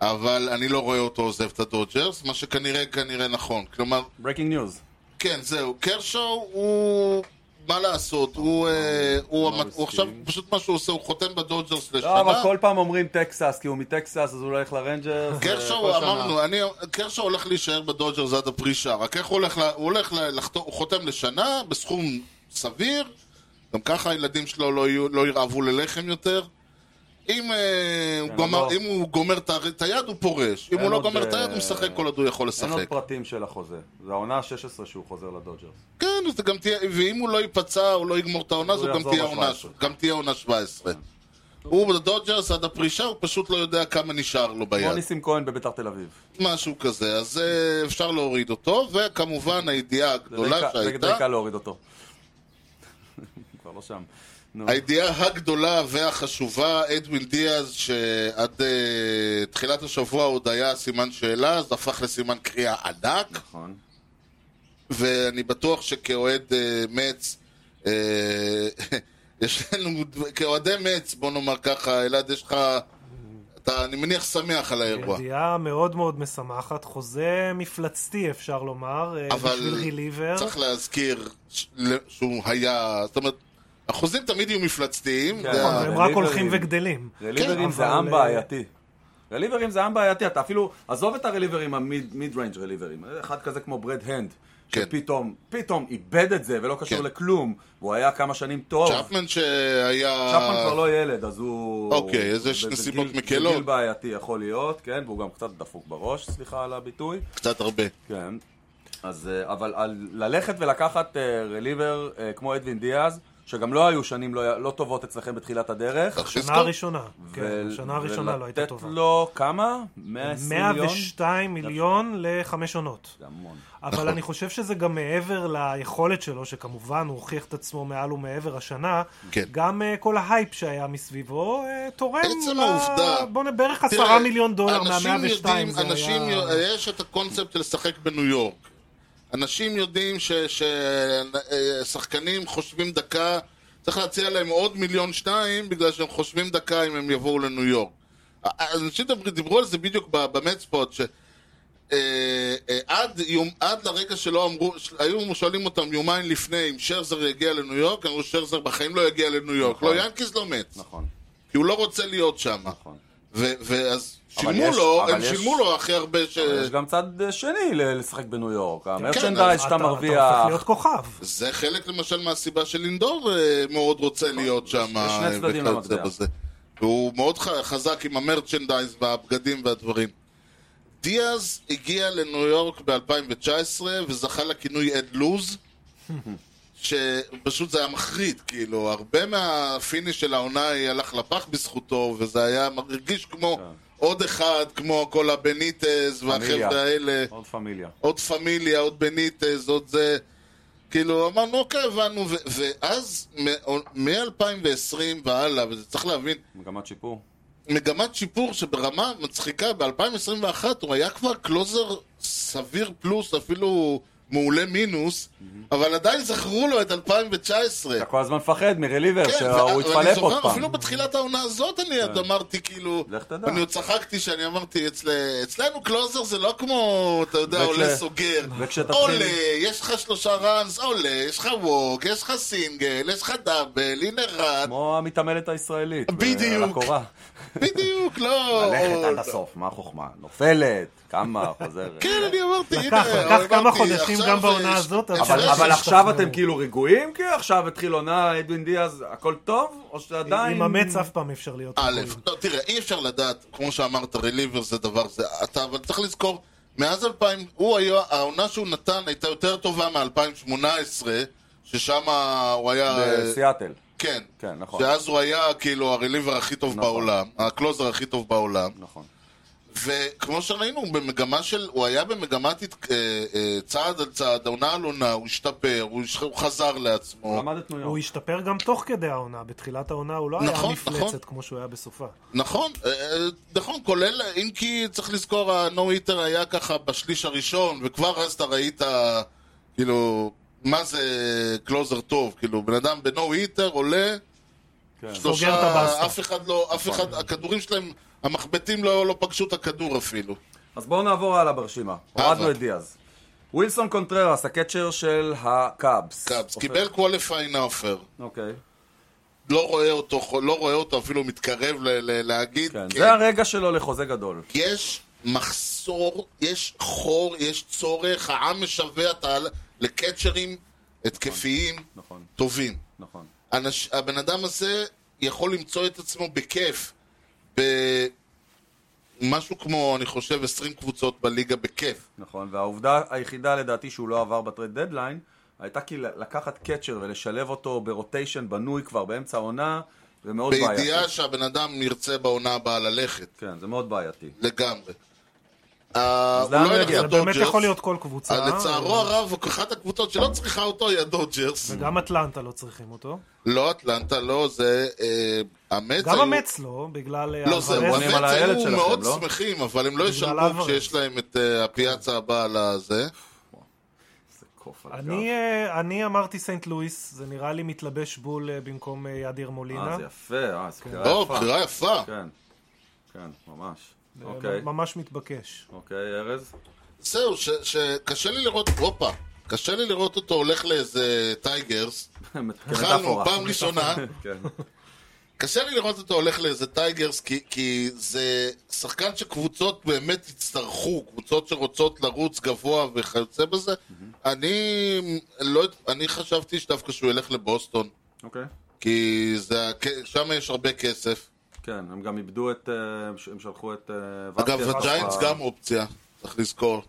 אבל אני לא רואה אותו עוזב את הדודג'רס, מה שכנראה כנראה נכון. כלומר, ברייקינג ניוז. כן, זהו. קרשו הוא מה לעשות, הוא, אה, הוא, לא המת- מסכים. הוא עכשיו, פשוט מה שהוא עושה, הוא חותם בדודג'רס לא, אבל לשנה. כל פעם אומרים טקסס, כי הוא מטקסס, אז הוא הולך לרנג'רס. קרשו, אה, כל שנה. אמרנו, אני, קרשו הולך להישאר בדודג'רס עד הפרישה, רק איך הוא הולך, ל- הוא הולך ל- לחתום, הוא חותם לשנה, בסכום סביר, גם ככה הילדים שלו לא, יהיו, לא ירעבו ללחם יותר. אם, אה, הוא כן, גומר, לא. אם הוא גומר את ה- את היד, הוא פורש. אם אין הוא לא עוד, גומר את אה, היד, הוא משחק כל עוד הוא יכול אין עוד לשחק. פרטים של החוזה. זה העונה ה-16 שהוא חוזר לדודג'רס. כן, אז זה גם תהיה, ואם הוא לא ייפצע, הוא לא יגמור את העונה, הוא זו גם יחזור תהיה ב- עונה, 17. גם תהיה עונה 17. הוא בדודג'רס עד הפרישה, הוא פשוט לא יודע כמה נשאר לו כמו ביד. ניסים כהן בביתר תל אביב. משהו כזה, אז אה, אפשר להוריד אותו, וכמובן הידיעה זה די הגדולה קל- זה די שהייתה, קל להוריד אותו. כבר לא שם. נו, הידיעה הגדולה והחשובה, אדווין דיאז, שעד אה, תחילת השבוע עוד היה סימן שאלה, אז הפך לסימן קריאה ענק. נכון. ואני בטוח שכאוהד אה, מצ, אה, יש לנו, כאוהדי מצ, בוא נאמר ככה, אלעד, יש לך, אתה, אני מניח, שמח על האירוע. ידיעה מאוד מאוד משמחת, חוזה מפלצתי אפשר לומר, אה, בשביל אבל ריליבר. צריך להזכיר ש- שהוא היה, זאת אומרת, החוזים תמיד יהיו מפלצתיים, כן. זה ה- אבל הם רק הולכים ריליברים. וגדלים. רליברים אבל, כן, זה עם אה, בעייתי. רליברים זה עם בעייתי, אתה אפילו, עזוב את הרליברים המיד ריינג' רליברים, אחד כזה כמו ברד הנד, כן. שפתאום, פתאום איבד את זה ולא קשור כן. לכלום, הוא היה כמה שנים טוב, צ'פמן שהיה... צ'פמן כבר לא ילד, אז הוא... אוקיי, אז יש זה- זה נסיבות גיל- מקלות. זה גיל בעייתי יכול להיות, כן, והוא גם קצת דפוק בראש, סליחה על הביטוי, קצת הרבה. כן. אז, אה, אבל על- ללכת ולקחת אה, רליבר אה, כמו אדווין דיאז, שגם לא היו שנים לא לא טובות אצלכם בתחילת הדרך, צריך שנה לזכור. הראשונה, כן, השנה הראשונה לא הייתה טובה. ולתת לו כמה? 120 מיליון? נכון. 102 מיליון לחמש עונות. זה המון. אבל אני חושב שזה גם מעבר ליכולת שלו, שכמובן הוא הוכיח את עצמו מעל ומעבר השנה. כן. גם אה, כל ההייפ שהיה מסביבו אה, תורם. עצם ל- העובדה- בוא נ... בערך תראה, עשרה מיליון דולר אנשים מה-102. יודעים- אנשים, היה... י- יש את הקונספט של לשחק בניו יורק. אנשים יודעים ששחקנים חושבים דקה, צריך להציע להם עוד מיליון שתיים, בגלל שהם חושבים דקה אם הם יבואו לניו יורק. אנשים דבר- דיברו על זה בדיוק ב- במצפוט, ש... אה, אה, עד, יום, עד לרגע שלא אמרו, ש- היו שואלים אותם יומיים לפני אם שרזר יגיע לניו יורק, אמרו שרזר בחיים לא יגיע לניו יורק. נכון. לא, ינקיס לא מת. נכון, כי הוא לא רוצה להיות שם. נכון. ו- ואז אבל שילמו יש- לו, אבל הם יש- שילמו לו הכי הרבה ש... יש גם צד אה, שני ל- לשחק בניו יורק. אז המרצ'נדייז שאתה כן, אתה- אתה הופך להיות מרוויח. כוכב. זה חלק למשל מהסיבה שלינדור אה, מאוד רוצה להיות שם. נכון, יש שני אה, צדדים וכיוצא למטבע. בזה. והוא מאוד ח- חזק עם המרצ'נדייז והבגדים והדברים. דיאז הגיע לניו יורק ב-2019 וזכה לכינוי אד לוז, שפשוט זה היה מחריד, כאילו, הרבה מהפיניש של העונה היא הלך לפח בזכותו, וזה היה מרגיש כמו כן. עוד אחד, כמו כל הבניטז והחבר'ה האלה. עוד פמיליה. עוד פמיליה, עוד בניטז, עוד זה. כאילו, אמרנו, אוקיי, הבנו, ו- ואז מ-2020 והלאה, וזה צריך להבין, מגמת שיפור. מגמת שיפור שברמה מצחיקה, ב-2021 הוא היה כבר קלוזר סביר פלוס, אפילו מעולה מינוס, אבל עדיין זכרו לו את 2019. אתה כל הזמן מפחד מרליבר, כן, שהוא ו- ואני יתפלפ עוד זוכר, אפילו פעם. כן. בתחילת העונה הזאת אני עוד אמרתי, כאילו, לך תדע. אני עוד צחקתי שאני אמרתי, "אצל- אצלנו קלוזר זה לא כמו, אתה יודע, וכש- עולה סוגר. וכשתתחיל- עולה, יש לך שלושה ראנס, עולה, יש לך ווק, יש לך סינגל, יש לך דאבל, הנה רן. כמו המתעמלת הישראלית. ב- בדיוק. על הקורה. בדיוק, לא... ללכת עד הסוף, מה החוכמה? נופלת, קמה, חוזרת. כן, אני אמרתי, הנה, לקח- לקח אמרתי, כמה חודשים עכשיו גם זה- בעונה הזאת, אבל- אבל, הפרש אבל של- עכשיו אתם כאילו רגועים? כי עכשיו התחיל עונה, אדווין דיאז, הכל טוב? או שעדיין... עם המץ אף פעם אי אפשר להיות א', רגועים. נכון. לא, תראה, אי אפשר לדעת, כמו שאמרת, רליבר זה דבר זה, אתה, אבל צריך לזכור, מאז 2000, הוא היה, העונה שהוא נתן הייתה יותר טובה מ-2018, ששם הוא היה... בסיאטל. כן. כן, נכון. שאז הוא היה, כאילו, הרליבר הכי טוב נכון. בעולם, הקלוזר הכי טוב בעולם, נכון. וכמו שראינו, הוא במגמה של, הוא היה במגמת הת- אה, אה, צעד על צעד, עונה על עונה, הוא השתפר, הוא הש- הוא חזר לעצמו. למד את ניו הוא יורק. השתפר גם תוך כדי העונה, בתחילת העונה הוא לא היה נכון, נכון. מפלצת כמו שהוא היה בסופה. נכון, אה, אה, נכון, כולל, אם כי צריך לזכור, הנו היטר היה ככה בשליש הראשון, וכבר אז אתה ראית, כאילו, מה זה קלוזר טוב, כאילו, בן אדם בנו היטר עולה, כן. נכון. סוגר את הבאסטה. שלושה, אף אחד לא, אף אחד, הכדורים שלהם, המחבטים לא לא פגשו את הכדור אפילו. אז בואו נעבור הלאה ברשימה. הורדנו את דיאז. ווילסון קונטררס, הקצ'ר של הקאבס. קאבס. קיבל qualifying offer. אוקיי. לא רואה אותו, לא רואה אותו אפילו מתקרב ל- ל- להגיד. כן, כן. זה הרגע שלו לחוזה גדול. יש מחסור, יש חור, יש צורך, העם משווע את ה- לקצ'רים התקפיים נכון, טובים. נכון. אנש, הבן אדם הזה יכול למצוא את עצמו בכיף, במשהו כמו, אני חושב, 20 קבוצות בליגה בכיף. נכון, והעובדה היחידה לדעתי שהוא לא עבר בטרייד דדליין, הייתה כי לקחת קצ'ר ולשלב אותו ברוטיישן בנוי כבר באמצע העונה, זה מאוד בעייתי. בידיעה שהבן אדם ירצה בעונה הבאה ללכת, כן, זה מאוד בעייתי. לגמרי. אה, הוא לאן לא הוא ילך יגיע? זה באמת לדודג'רס. יכול להיות כל קבוצה. אה, אה, לצערו הרב, אחת הקבוצות שלא צריכה אותו היא הדודג'רס. גם אטלנטה לא צריכים אותו. לא אטלנטה, לא זה... אה, המץ גם היו- המץ לא, בגלל... לא, זהו, עונים המץ על הילד היו שלכם, מאוד לא? שמחים, אבל הם לא בגלל ישלמו האברץ. כשיש להם את אה, הפיאצה הבאה לזה. זה קוף על אני, אה, אני אמרתי סנט לואיס, זה נראה לי מתלבש בול אה, במקום אה, ידיר הגב. מולינה. אה, זה יפה, אה, זו בחירה לא, יפה. בחירה יפה. כן, כן, ממש. זה אוקיי, אה, ממש מתבקש. אוקיי, ארז? זהו, ש- שקשה לי לראות, הופה, קשה לי לראות אותו הולך לאיזה טייגרס. התחלנו כמטאפורה. פעם ראשונה, כן, קשה לי לראות אותו הולך לאיזה טייגרס, כי- כי זה שחקן שקבוצות באמת יצטרכו, קבוצות שרוצות לרוץ גבוה וכיוצא בזה. אני לא, אני חשבתי שדווקא שהוא ילך לבוסטון, אוקיי. כי זה הכ- שם יש הרבה כסף. כן, הם גם איבדו את... אה, הם ש- הם שלחו את... אה, אגב, וסקס הג'יינטס ב- גם אופציה, צריך לזכור. אה,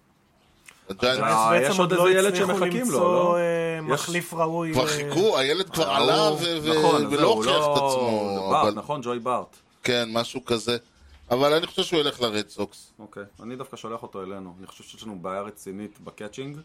הג'יינטס יש עוד איזה ילד שמחכים לו, לא? אה, יש- מחליף ראוי. אה, כבר ל- חיכו, הילד כבר ההוא- עלה ו- ו- אה, נכון, אז ולא זהו, הוכיח את לא- עצמו. בארט, אבל- נכון, ג'וי בארט. כן, משהו כזה. אבל אני חושב שהוא ילך לרד סוקס. אוקיי. אני דווקא שולח אותו אלינו. אני חושב שיש לנו בעיה רצינית בקאצ'ינג, כן,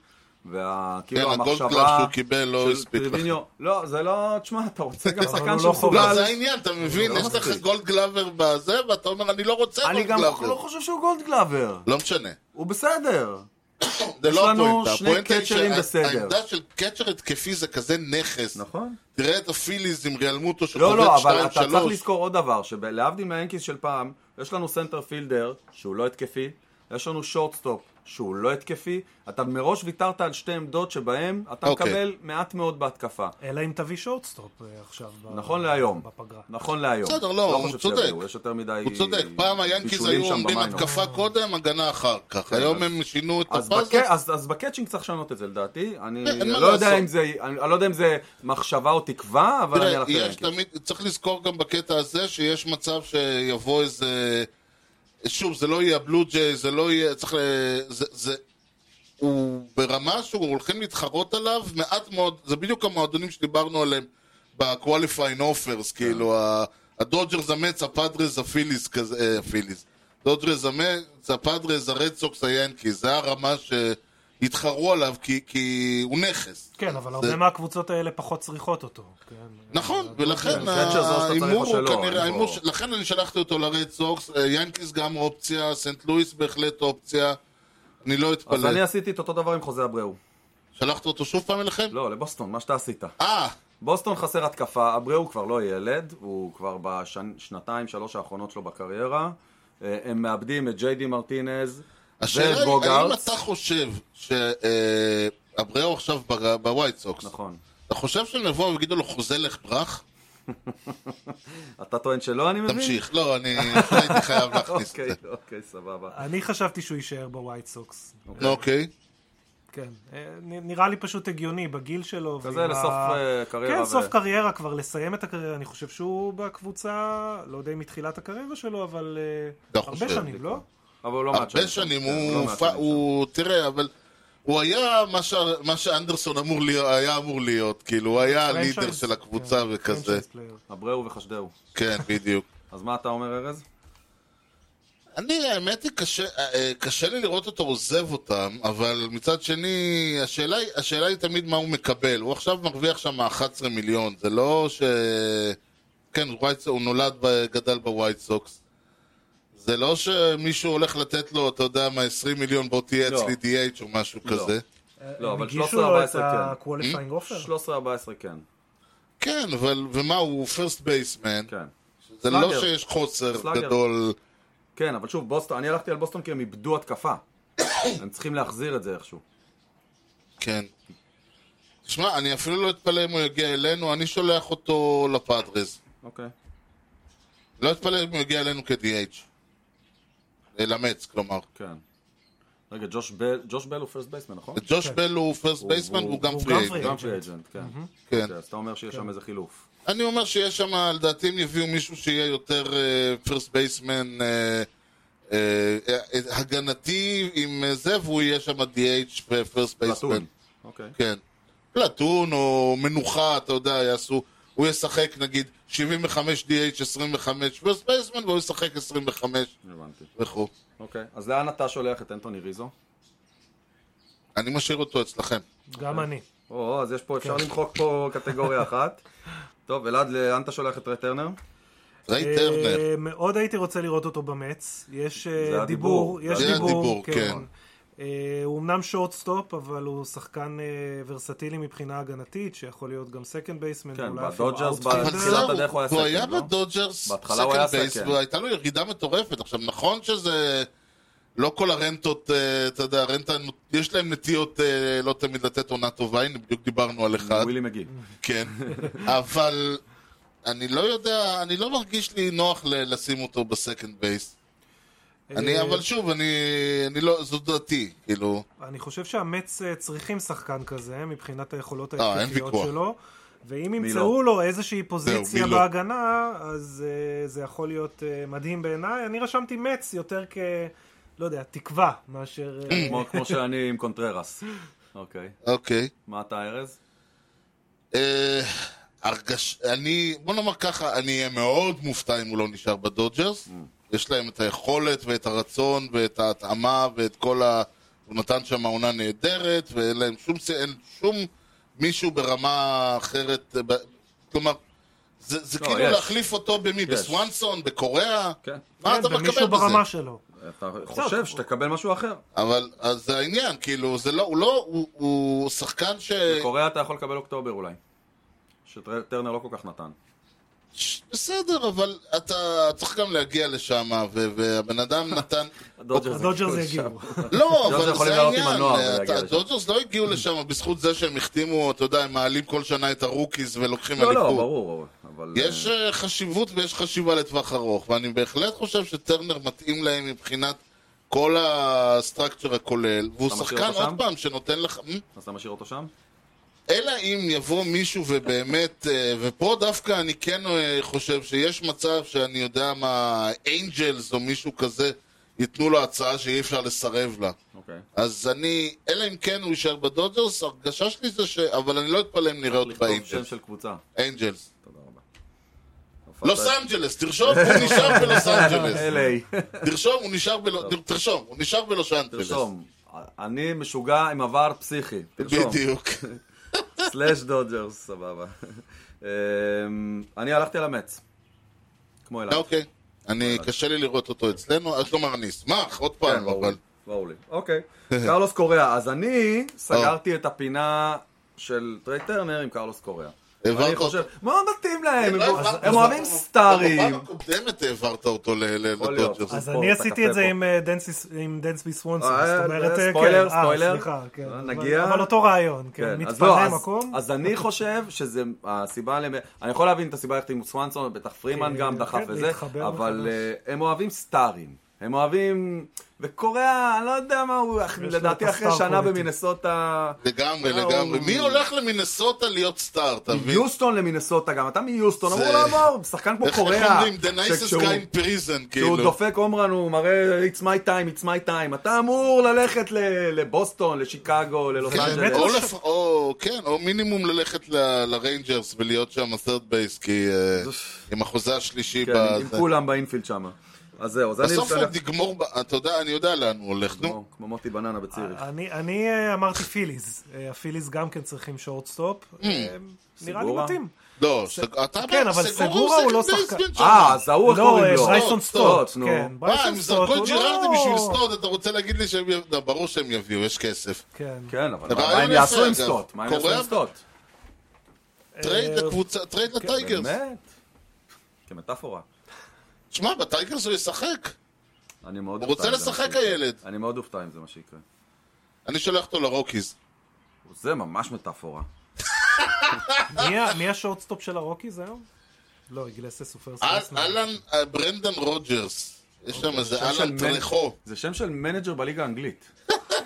וכאילו הגולד כאילו המחשבה... קלאב שהוא קיבל לא של הספיק לך. טריוויניו- לא, זה לא... תשמע, אתה רוצה גם אבל הוא שחקן לא לא, שמסוגל... חובב. זה העניין, אתה מבין? לא יש לך מספיק. גולד גלאבר בזה, ואתה אומר, אני לא רוצה אני גולד גם לא גלאבר. חושב שהוא גולד גלאבר. לא משנה. הוא בסדר. זה יש לא לנו הפואנטה. שני הפואנטה היא קצ'רים שה- בסדר. העמדה של קצ'ר התקפי זה כזה נכס. נכון. תראה את הפיליז עם ריאלמוטו לא, שחובט לא, אבל 2-3. אתה צריך לזכור עוד דבר, שלהבדיל מהיינקיס של פעם, יש לנו סנטר פילדר, שהוא לא התקפי, יש לנו שורטסטופ, שהוא לא התקפי, אתה מראש ויתרת על שתי עמדות שבהן אתה אוקיי. מקבל מעט מאוד בהתקפה. אלא אם תביא שורטסטופ אה, עכשיו. ב- נכון להיום. בפגרה. נכון להיום. בסדר, לא, הוא חושב צודק. שיביאו, יש יותר מדי הוא צודק, פעם היאנקיז בישולים היו שם עומדים במיינור. התקפה קודם, הגנה אחר כך. היום הם שינו את אז, בק... הפאזל. אז, אז בקאצ'ינג צריך לשנות את זה לדעתי, אני אין מה לא יודע, לעשות. אם זה, אני, אני לא יודע אם זה מחשבה או תקווה, אבל אני תראה, הלכתי יש ליאנקיז. תמיד, צריך לזכור גם בקטע הזה שיש מצב שיבוא איזה... שוב, זה לא יהיה הבלו ג'יי, זה לא יהיה... צריך ל... זה, זה... הוא ברמה שהוא הולכים להתחרות עליו מעט מאוד, זה בדיוק המועדונים שדיברנו עליהם ב-qualifying offers, כאילו ה- הדודג'רס המץ, הפאדרס, הפיליס כזה, אה, הפיליס. דודג'רס המץ, הפאדרס, הרד סוקס, היאנקיז, זה הרמה שהתחרו עליו כי, כי הוא נכס. כן, אבל זה- הרבה מהקבוצות האלה פחות צריכות אותו. כן. נכון, ולכן כן, פצ'ר זה אוסטר ההימור צריך או הוא שלא, אין כנראה, ההימור פה- ש- לכן אני שלחתי אותו לרד סוקס, אה, ינקיס גם אופציה, סנט לואיס בהחלט אופציה, אני לא אז אני אתפלא. עשיתי את אותו דבר עם חוזה אבריאו. שלחת אותו שוב פעם אליכם? לא, לבוסטון, מה שאתה עשית. אה, בוסטון חסר התקפה, אבריאו כבר לא ילד, הוא כבר בשנתיים, שלוש האחרונות שלו בקריירה. אה, הם מאבדים את ג'יי די מרטינז השאלה ואת היא, האם בוגארט. אתה חושב שאבריאו עכשיו בר- בווייט סוקס, נכון. אתה חושב שהם יבואו ויגידו לו חוזה לך ברח? אתה טוען שלא, אני מבין? תמשיך, לא, אני הייתי חייב להכניס את אוקיי, זה. אוקיי, סבבה. אני חשבתי שהוא יישאר בווייט סוקס. אוקיי, כן. אה, נ- נראה לי פשוט הגיוני, בגיל שלו. כזה ועם לסוף ה- אה, קריירה. כן, ו- סוף קריירה, כבר לסיים את הקריירה, אני חושב שהוא בקבוצה, לא יודע אם מתחילת הקריירה שלו, אבל אה, אתה הרבה חושב, שנים, לא? אבל הוא לא מעט הרבה שנים כן, לא הוא, מעט פ- שנים הוא, תראה, אבל הוא היה מה שה- מה שאנדרסון אמור להיות- היה אמור להיות, כאילו, הוא היה הלידר פרנצ'ייז, של הקבוצה כן, וכזה, פרנצ'ייז פלייר. שם. אבריאו וחשדהו. כן, בדיוק. אז מה אתה אומר, ארז? אני, האמת היא, קשה, אה, אה, קשה לי לראות אותו עוזב אותם, אבל מצד שני, השאלה, היא- השאלה היא תמיד מה הוא מקבל. הוא עכשיו מרוויח שם 11 מיליון, זה לא ש... כן, ווייט, הוא נולד, ב- גדל בווייט סוקס. זה לא שמישהו הולך לתת לו, אתה יודע מה, 20 מיליון, בוא תהיה לא. אצלי DH או משהו לא. כזה. לא, אבל 13-14 אה, הגישו לו את כן. ה-qualifying Hmm? offer? 13-14 כן. כן, אבל, ומה, הוא פרסט בייסמן. כן. זה לא סלאגר. שיש חוסר סלאגר. גדול. כן, אבל שוב, בוסטון, אני הלכתי על בוסטון כי הם איבדו התקפה. הם צריכים להחזיר את זה איכשהו. כן. תשמע, אני אפילו לא אתפלא אם הוא יגיע אלינו, אני שולח אותו לפאדרז. אוקיי. לא אתפלא אם הוא יגיע אלינו כ-DH. אה, למץ, כלומר. כן. רגע, ג'וש בל, ג'וש בל הוא פרסט בייסמן, נכון? ג'וש בל הוא פרסט בייסמן והוא גם כן. הוא פרי גם אייג'נט. free Mm-hmm. גם פרי אג'נט, כן. כן. אוקיי, אז אתה אומר שיש שם איזה חילוף. אני אומר שיש שם, לדעתי הם יביאו מישהו שיהיה יותר אה, פרסט בייסמן אה, הגנתי עם אה, זה, והוא יהיה שם DH ופרסט בייסמן. פלטון. אוקיי. כן. פלטון או מנוחה, אתה יודע, יעשו... הוא ישחק נגיד 75 DH, 25 פרסט בייסמן, והוא ישחק 25 הבנתי. וכו'. אוקיי. אז לאן אתה שולח את אנטוני ריזו? אני משאיר אותו אצלכם. אה, גם אני. או, אז יש פה, אפשר למחוק פה קטגוריה אחת. טוב, אלעד, לאן אתה שולח את ריי טרנר? ריי טרנר. אה, מאוד הייתי רוצה לראות אותו במץ. יש אה, זה הדיבור. דיבור, יש זה הדיבור, דיבור, כן. כן. אה, הוא אמנם שורטסטופ, אבל הוא שחקן אה, ורסטילי מבחינה הגנתית, שיכול להיות גם סקנד בייסמן, כן, ואולי בדודג'רס, אפילו אבל outfielder. בתחילת זהו, הדרך הוא היה הוא היה second, לא? בדודג'רס בהתחלה הוא היה סקנד בייס, second. והייתה לו ירידה מטורפת. עכשיו, נכון שזה... לא כל הרנטות, אה, אתה יודע, הרנטה, יש להם נטיות אה, לא תמיד לתת עונה טובה, הנה בדיוק דיברנו על אה. אחד, ווילי מגי. כן, אבל אני לא יודע, אני לא מרגיש לי נוח ל- לשים אותו בסקנד בייס. אני, אה, אבל שוב, אני, אני לא, זו דעתי, כאילו, אני חושב שהמץ אה, צריכים שחקן כזה, מבחינת היכולות אה, אין ההתקפיות ויכוח. שלו. ואם לא? ימצאו לו איזושהי מי פוזיציה לא? בהגנה, אז אה, זה יכול להיות אה, מדהים בעיניי. אני רשמתי מצ יותר כ... לא יודע, תקווה, מאשר... אה, כן, כמו- כמו שאני עם קונטררס. אוקיי. אוקיי. מה אתה, ארז? אה, הרגש... אני, בוא נאמר ככה, אני אהיה מאוד מופתע אם הוא לא נשאר בדודג'רס. Mm. יש להם את היכולת ואת הרצון ואת ההתאמה ואת כל ה... הוא נתן שם עונה נהדרת, ואין להם שום... ס- אין שום מישהו ברמה אחרת. אה, ב... כלומר, זה, זה לא, כאילו יש. להחליף אותו במי? בסוונסון? בקוריאה? כן. מה כן, אתה מקבל במישהו בזה? ברמה שלו. אתה חושב שתקבל משהו אחר. אה. אבל אז זה העניין, כאילו, זה לא, הוא לא, הוא, הוא שחקן ש... בקוריאה אתה יכול לקבל אוקטובר אולי. שטרנר לא כל כך נתן. ש- בסדר, אבל אתה צריך גם להגיע לשם, ו- והבן אדם נתן... הדודג'רס יגיעו. לא, הדודג'רס אבל יכולים זה לעלות עם העניין, הנוער ולהגיע אתה- לשם. הדודג'רס לא הגיעו לשם בזכות זה שהם החתימו, אתה יודע, הם מעלים כל שנה את הרוקיז ולוקחים לא, לא, אליפות. ברור. אבל... יש אה, חשיבות ויש חשיבה לטווח ארוך, ואני בהחלט חושב שטרנר מתאים להם מבחינת כל הסטרקצ'ר הכולל, והוא אתה משאיר שחקן אותו עוד שם? פעם שנותן לך... מ? אז אתה משאיר אותו שם? אלא אם יבוא מישהו ובאמת, אה, ופה דווקא אני כן אה, חושב שיש מצב שאני יודע מה, אינג'לס או מישהו כזה, ייתנו לו הצעה שאי אפשר לסרב לה. אוקיי. אז אני, אלא אם כן הוא יישאר בדודג'רס, הרגשה שלי זה ש... אבל אני לא אתפלא אם נראה אותו לכתוב שם באינג'לס. של קבוצה. אינג'לס. תודה רבה. לוס אנג'לס, תרשום, הוא נשאר בלוס אנג'לס. LA. תרשום, הוא נשאר בלוס... תרשום, הוא נשאר בלוס אנג'לס. תרשום. אני משוגע עם עבר פסיכי. תרשום. בדיוק. סלאש דודג'רס, סבבה. אמ, אני הלכתי על המץ. כמו אליו. אוקיי. אני, קשה לי לראות אותו אצלנו, אז כלומר אני אשמח, עוד כן, פעם, ברור אבל... לי, ברור לי. אוקיי. קרלוס קוריאה. אז אני סגרתי את הפינה של טריי טרנר עם קרלוס קוריאה. העברת אני חושב, מאוד מתאים להם, הם- לא, הם אוהבים סטארים. בפעם הקודמת העברת אותו ל- ל- יכול להיות. לדודג'רס. אז פה, אני אתה עשיתי קפה את זה פה. עם אה, דנסיס- עם דנסבי סוונסון, אה, זאת אה, אומרת, אה, כן. ספוילר, אה, ספוילר. סליחה, כן. אה, אבל- נגיע. אבל אותו רעיון, כן. כן, אז לא, מתפנה אז- מקום. אוקיי. אז אני חושב שזה הסיבה, למ- אני יכול להבין את הסיבה ללכת עם סוונסון, בטח פרימן כן, גם דחף כן, וזה, להתחבר אבל מחדש. אה, הם אוהבים סטארים. הם אוהבים, וקוריאה, אני לא יודע מה הוא, אח- לו את לדעתי אחרי הסטאר שנה quality. במינסוטה, לגמרי, אה, לגמרי. הוא- מי הולך למנסוטה להיות סטאר, אתה מבין? יוסטון למינסוטה גם, אתה מיוסטון, זה- אמרו לו, אמור, שחקן כמו איך איך קוריאה, אומרים? The nicest שכשהוא- guy in prison, כשהוא כאילו. דופק הומרן הוא מראה it's my time, it's my time, אתה אמור ללכת ל- לבוסטון, לשיקגו, ללוס זה אנג'לס. באמת כן, או לא לפ- או, כן, או מינימום ללכת ל- לריינג'רס ולהיות שם הסרד בייס, כי אה, עם החוזה השלישי כן, ב- עם זה. כולם באינפילד שם. אז זהו, אז אני... בסוף הוא מסתכל- עוד יגמור, ב- אתה יודע, אני יודע לאן הוא הולך, נו. כמו- כמו מוטי בננה בציריך. אני- אני אה, אמרתי פיליז. אה, הפיליז גם כן צריכים שורטסטופ. Mm. אה, נראה לי סגורה? מתאים. לא, סג- אתה כן, אבל סגורה הוא לא second שחקן. baseman שם. אה, אז ההוא איך לא, קוראים אה, לו? לא, ברייסון סטוט. נו. כן, מה, ברייסון הם סטוט. אה, זרקו את הוא ג'יררדי לא- בשביל סטוד, אתה רוצה להגיד לי שהם יביאו, לא, ברור שהם יביאו, יש כסף. כן. כן, אבל רעיון מה הם יפה, יעשו עם אגב. סטוט? מה הם יעשו קוריאה? עם סטוט? אה, טרייד לקבוצה, טרייד לטייגרס. אה, כן, באמת? כמטאפורה. שמע, בטייגרס הוא ישחק. אני מאוד הוא רוצה אופתע אם זה מה לשחק, שיקרה. הילד. אני מאוד אופתע אם זה מה שיקרה. אני שולח אותו לרוקיז. זה ממש מטאפורה. מי ה- מי השורטסטופ של הרוקי זה היום? לא, גלסה סופר אל- אלן, אה, ברנדן רוג'רס. יש שם איזה שם של אלן מנ- טרחו. זה שם של מנג'ר בליגה האנגלית.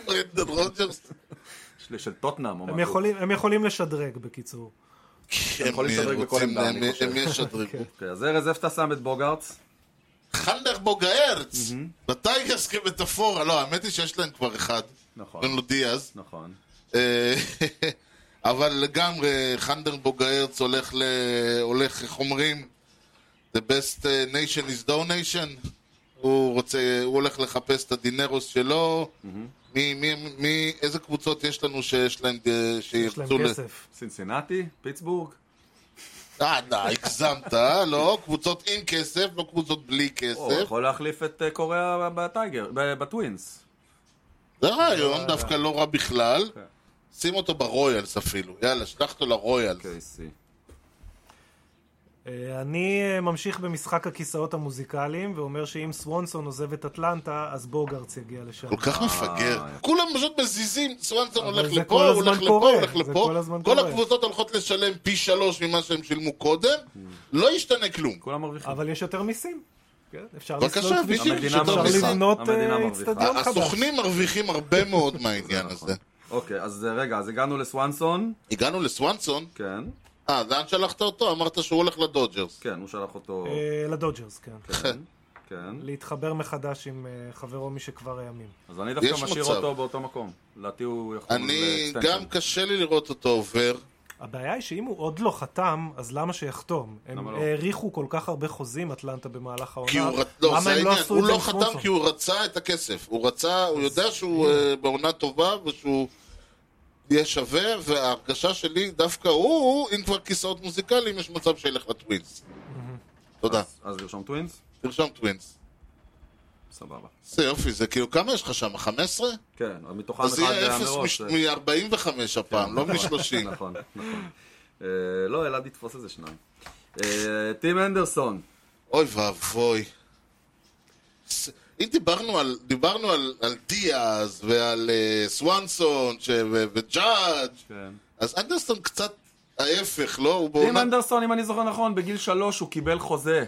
ברנדן רוג'רס. של- של טוטנאם או הם משהו. יכולים- הם יכולים לשדרג בקיצור. הם יכול להשתדרג בכל רוצים, עמדה, אני הם- חושב. הם ישדרגו. אוקיי, אז ארז, איפה אתה שם את בוגארטס? חנדרבוג הארץ. בטייגרס כמטאפורה. לא, האמת היא שיש להם כבר אחד. נכון. קוראים לו דיאז. נכון. אה, אבל לגמרי, חנדרבוג הארץ הולך, ל... הולך, איך אומרים? The best אה, nation is donation. הוא רוצה, הוא הולך לחפש את הדינרוס שלו. Mm-hmm. מי, מי, מי, איזה קבוצות יש לנו שיש להם, ד- יש להם שירצו ל... כסף. סינסינטי? פיטסבורג? אה, די, הגזמת, אה? לא, קבוצות עם כסף, לא קבוצות בלי או, הוא כסף. יכול להחליף את אה, קוריאה בטייגר, ב- בטווינס. זה רעיון דווקא לא רע בכלל. כן. שים אותו ברויאלס אפילו. יאללה, שלח אותו לרויאלס. קייסי. אה, אני אה, ממשיך במשחק הכיסאות המוזיקליים, ואומר שאם סוונסון עוזב את אטלנטה, אז בוגארץ יגיע לשם. כל כך מפגר. כולם פשוט מזיזים, סוואנסון אה, אבל הולך זה לפה, כל הוא הזמן הולך לפה, קורה, הוא הולך זה לפה. כל הזמן כל קורה. הקבוצות הולכות לשלם פי שלוש ממה שהם שילמו קודם, לא ישתנה כלום. כולם מרוויחים. אבל יש יותר מיסים. כן, אפשר בבקשה, לסלול בדיוק, כבישים, המדינה אפשר מרוויחה. לבנות המדינה אה, מרוויחה. אצטדיון חדש. נכון. הסוכנים מרוויחים הרבה מאוד מהעניין הזה. אוקיי, אז אה, רגע, אז הגענו לסוונסון. הגענו לסוואנסון, כן, אה, לאן שלחת אותו? אמרת שהוא הולך לדודג'רס. כן, הוא שלח אותו. אה, לדודג'רס, כן. כן, כן. להתחבר מחדש עם אה, חברו משכבר הימים. אז אני דווקא יש משאיר מצב. אותו באותו מקום. לדעתי הוא יכול... אה, אני, ל- גם קשה לי לראות אותו עובר. הבעיה היא שאם הוא עוד לא חתם, אז למה שיחתום? הם למה לא? האריכו כל כך הרבה חוזים אטלנטה במהלך העונה. כי הוא רצ... למה לא, זה הם העניין, עשו הוא את זה לא עם חתם סוונסון? כי הוא רצה את הכסף. הוא רצה, הוא יודע שהוא אה, בעונה טובה ושהוא יהיה שווה, וההרגשה שלי דווקא הוא, אם כבר כיסאות מוזיקליים, יש מצב שילך לטווינס. תודה. אז- אז לרשום טווינס? תרשום טווינס. סבבה. זה יופי, זה כאילו, כמה יש לך שם? 15? כן, אז מתוכם אחד אז יהיה היה 0 מראש. אה, מ-45 הפעם, לא מ-30. נכון, נכון. אה, לא, אלעד יתפוס איזה שניים. אה, טים הנדרסון. אוי ואבוי. ס- אם דיברנו על, דיברנו על, על דיאז ועל uh, סוואנסון ש, ו, וג'אדג' כן. אז אנדרסון קצת ההפך, לא? הוא טים בעונה... אנדרסון, אם אני זוכר נכון, בגיל שלוש הוא קיבל חוזה.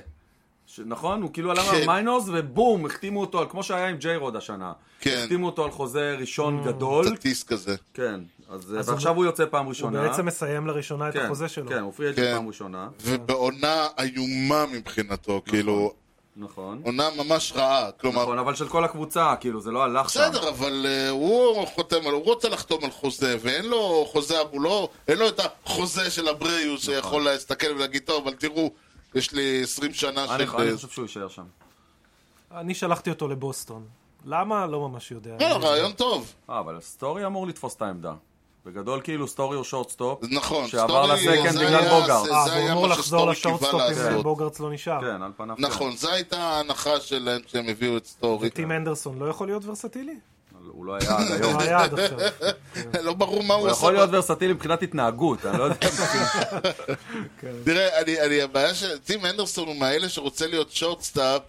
ש- נכון? הוא כאילו עלה כן. מהמיינורס, ובום, החתימו אותו, על- כמו שהיה עם ג'יי רוד השנה. כן. Mm. החתימו אותו על חוזה ראשון גדול. סטטיס כזה. כן. אז אה, אז ועכשיו הוא- הוא יוצא פעם הוא ראשונה. בעצם מסיים לראשונה את כן, החוזה שלו. כן, הוא פרי אג'נט כן. פעם ראשונה. ובעונה איומה מבחינתו, כאילו, נכון. עונה ממש רעה. כלומר, נכון, אבל של כל הקבוצה, כאילו, זה לא הלך שם. בסדר, אבל אה, הוא חותם על, הוא רוצה לחתום על חוזה, ואין לו חוזה, הוא לא, אין לו את החוזה של אבריו נכון. שיכול להסתכל ולהגיד, טוב, אבל תראו, יש לי 20 שנה אני של... אה, אני חושב שהוא יישאר שם. אני שלחתי אותו לבוסטון. למה? לא ממש יודע. לא, רעיון טוב. אה, אבל סטורי אמור לתפוס את העמדה. בגדול, כאילו, סטורי הוא שורטסטופ. נכון, שעבר סטורי, לסקנד זה בגלל היה- בוגארד. זה- אה, זה והוא היה אמור מה לחזור שסטורי לשורטסטופ קיווה אם לעשות. בוגרץ לא נשאר. כן, על פניו. כן. נכון, זו הייתה ההנחה שלהם כשהם הביאו את סטורי. טים הנדרסון לא יכול להיות ורסטילי? הוא לא היה עד היום. לא היה עד עכשיו. לא ברור מה הוא הוא עשה. יכול להיות ורסטילי מבחינת התנהגות, אני לא יודע. תראה, אני- אני- הבעיה שטים הנדרסון הוא מאלה שרוצה להיות שורטסטאפ,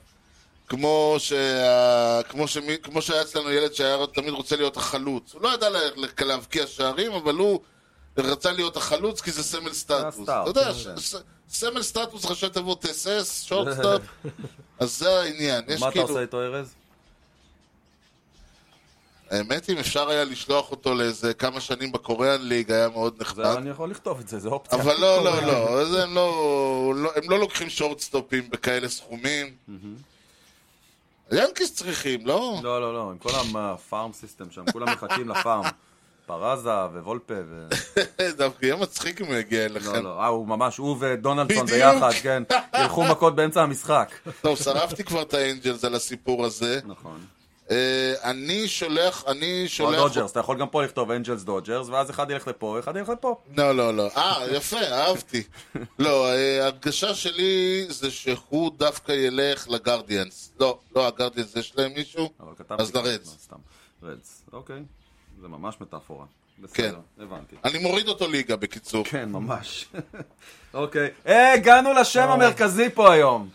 כמו שה- כמו שמי- כמו שהיה אצלנו ילד שהיה תמיד רוצה להיות החלוץ. הוא לא ידע לה- לה- להבקיע שערים, אבל הוא רצה להיות החלוץ כי זה סמל סטטוס. אתה הסטאר, יודע, כן. ש- ס- סמל סטטוס ראשי תיבות אס-אס, שורטסטאפ, אז זה העניין. יש מה אתה כאילו... עושה איתו, ארז? האמת אם אפשר היה לשלוח אותו לאיזה כמה שנים בקוריאן ליג היה מאוד נחמד. זה, אני יכול לכתוב את זה, זה אופציה. אה? אבל לא, לא, לא, אז הם לא, לא, הם לא לוקחים שורטסטופים בכאלה סכומים. ינקיס צריכים, לא? לא, לא, לא, עם כל הפארם סיסטם שם, כולם מחכים לפארם. פרזה ווולפה ו... כן, דווקא יהיה מצחיק אם הוא יגיע אליכם. לא, כן. לא, אה, הוא ממש, הוא ודונלדסון בדיוק. ביחד, כן. ילכו מכות באמצע המשחק. טוב, שרפתי כבר את האנג'לס על הסיפור הזה. נכון. אה, אני שולח, אני או שולח... דודג'רס, אתה יכול גם פה לכתוב אנג'לס דודג'רס, ואז אחד ילך לפה, אחד ילך לפה. לא, לא, לא. אה, יפה, אהבתי. לא, אה, ההרגשה שלי זה שהוא דווקא ילך לגרדיאנס. לא, לא, הגרדיאנס יש להם מישהו? אבל כתבתי... אז לרדס. לא, סתם. רדס, אוקיי. זה ממש מטאפורה. כן. בסדר, הבנתי. אני מוריד אותו ליגה, בקיצור. כן, ממש. אוקיי. אה, הגענו לא. לשם המרכזי פה היום.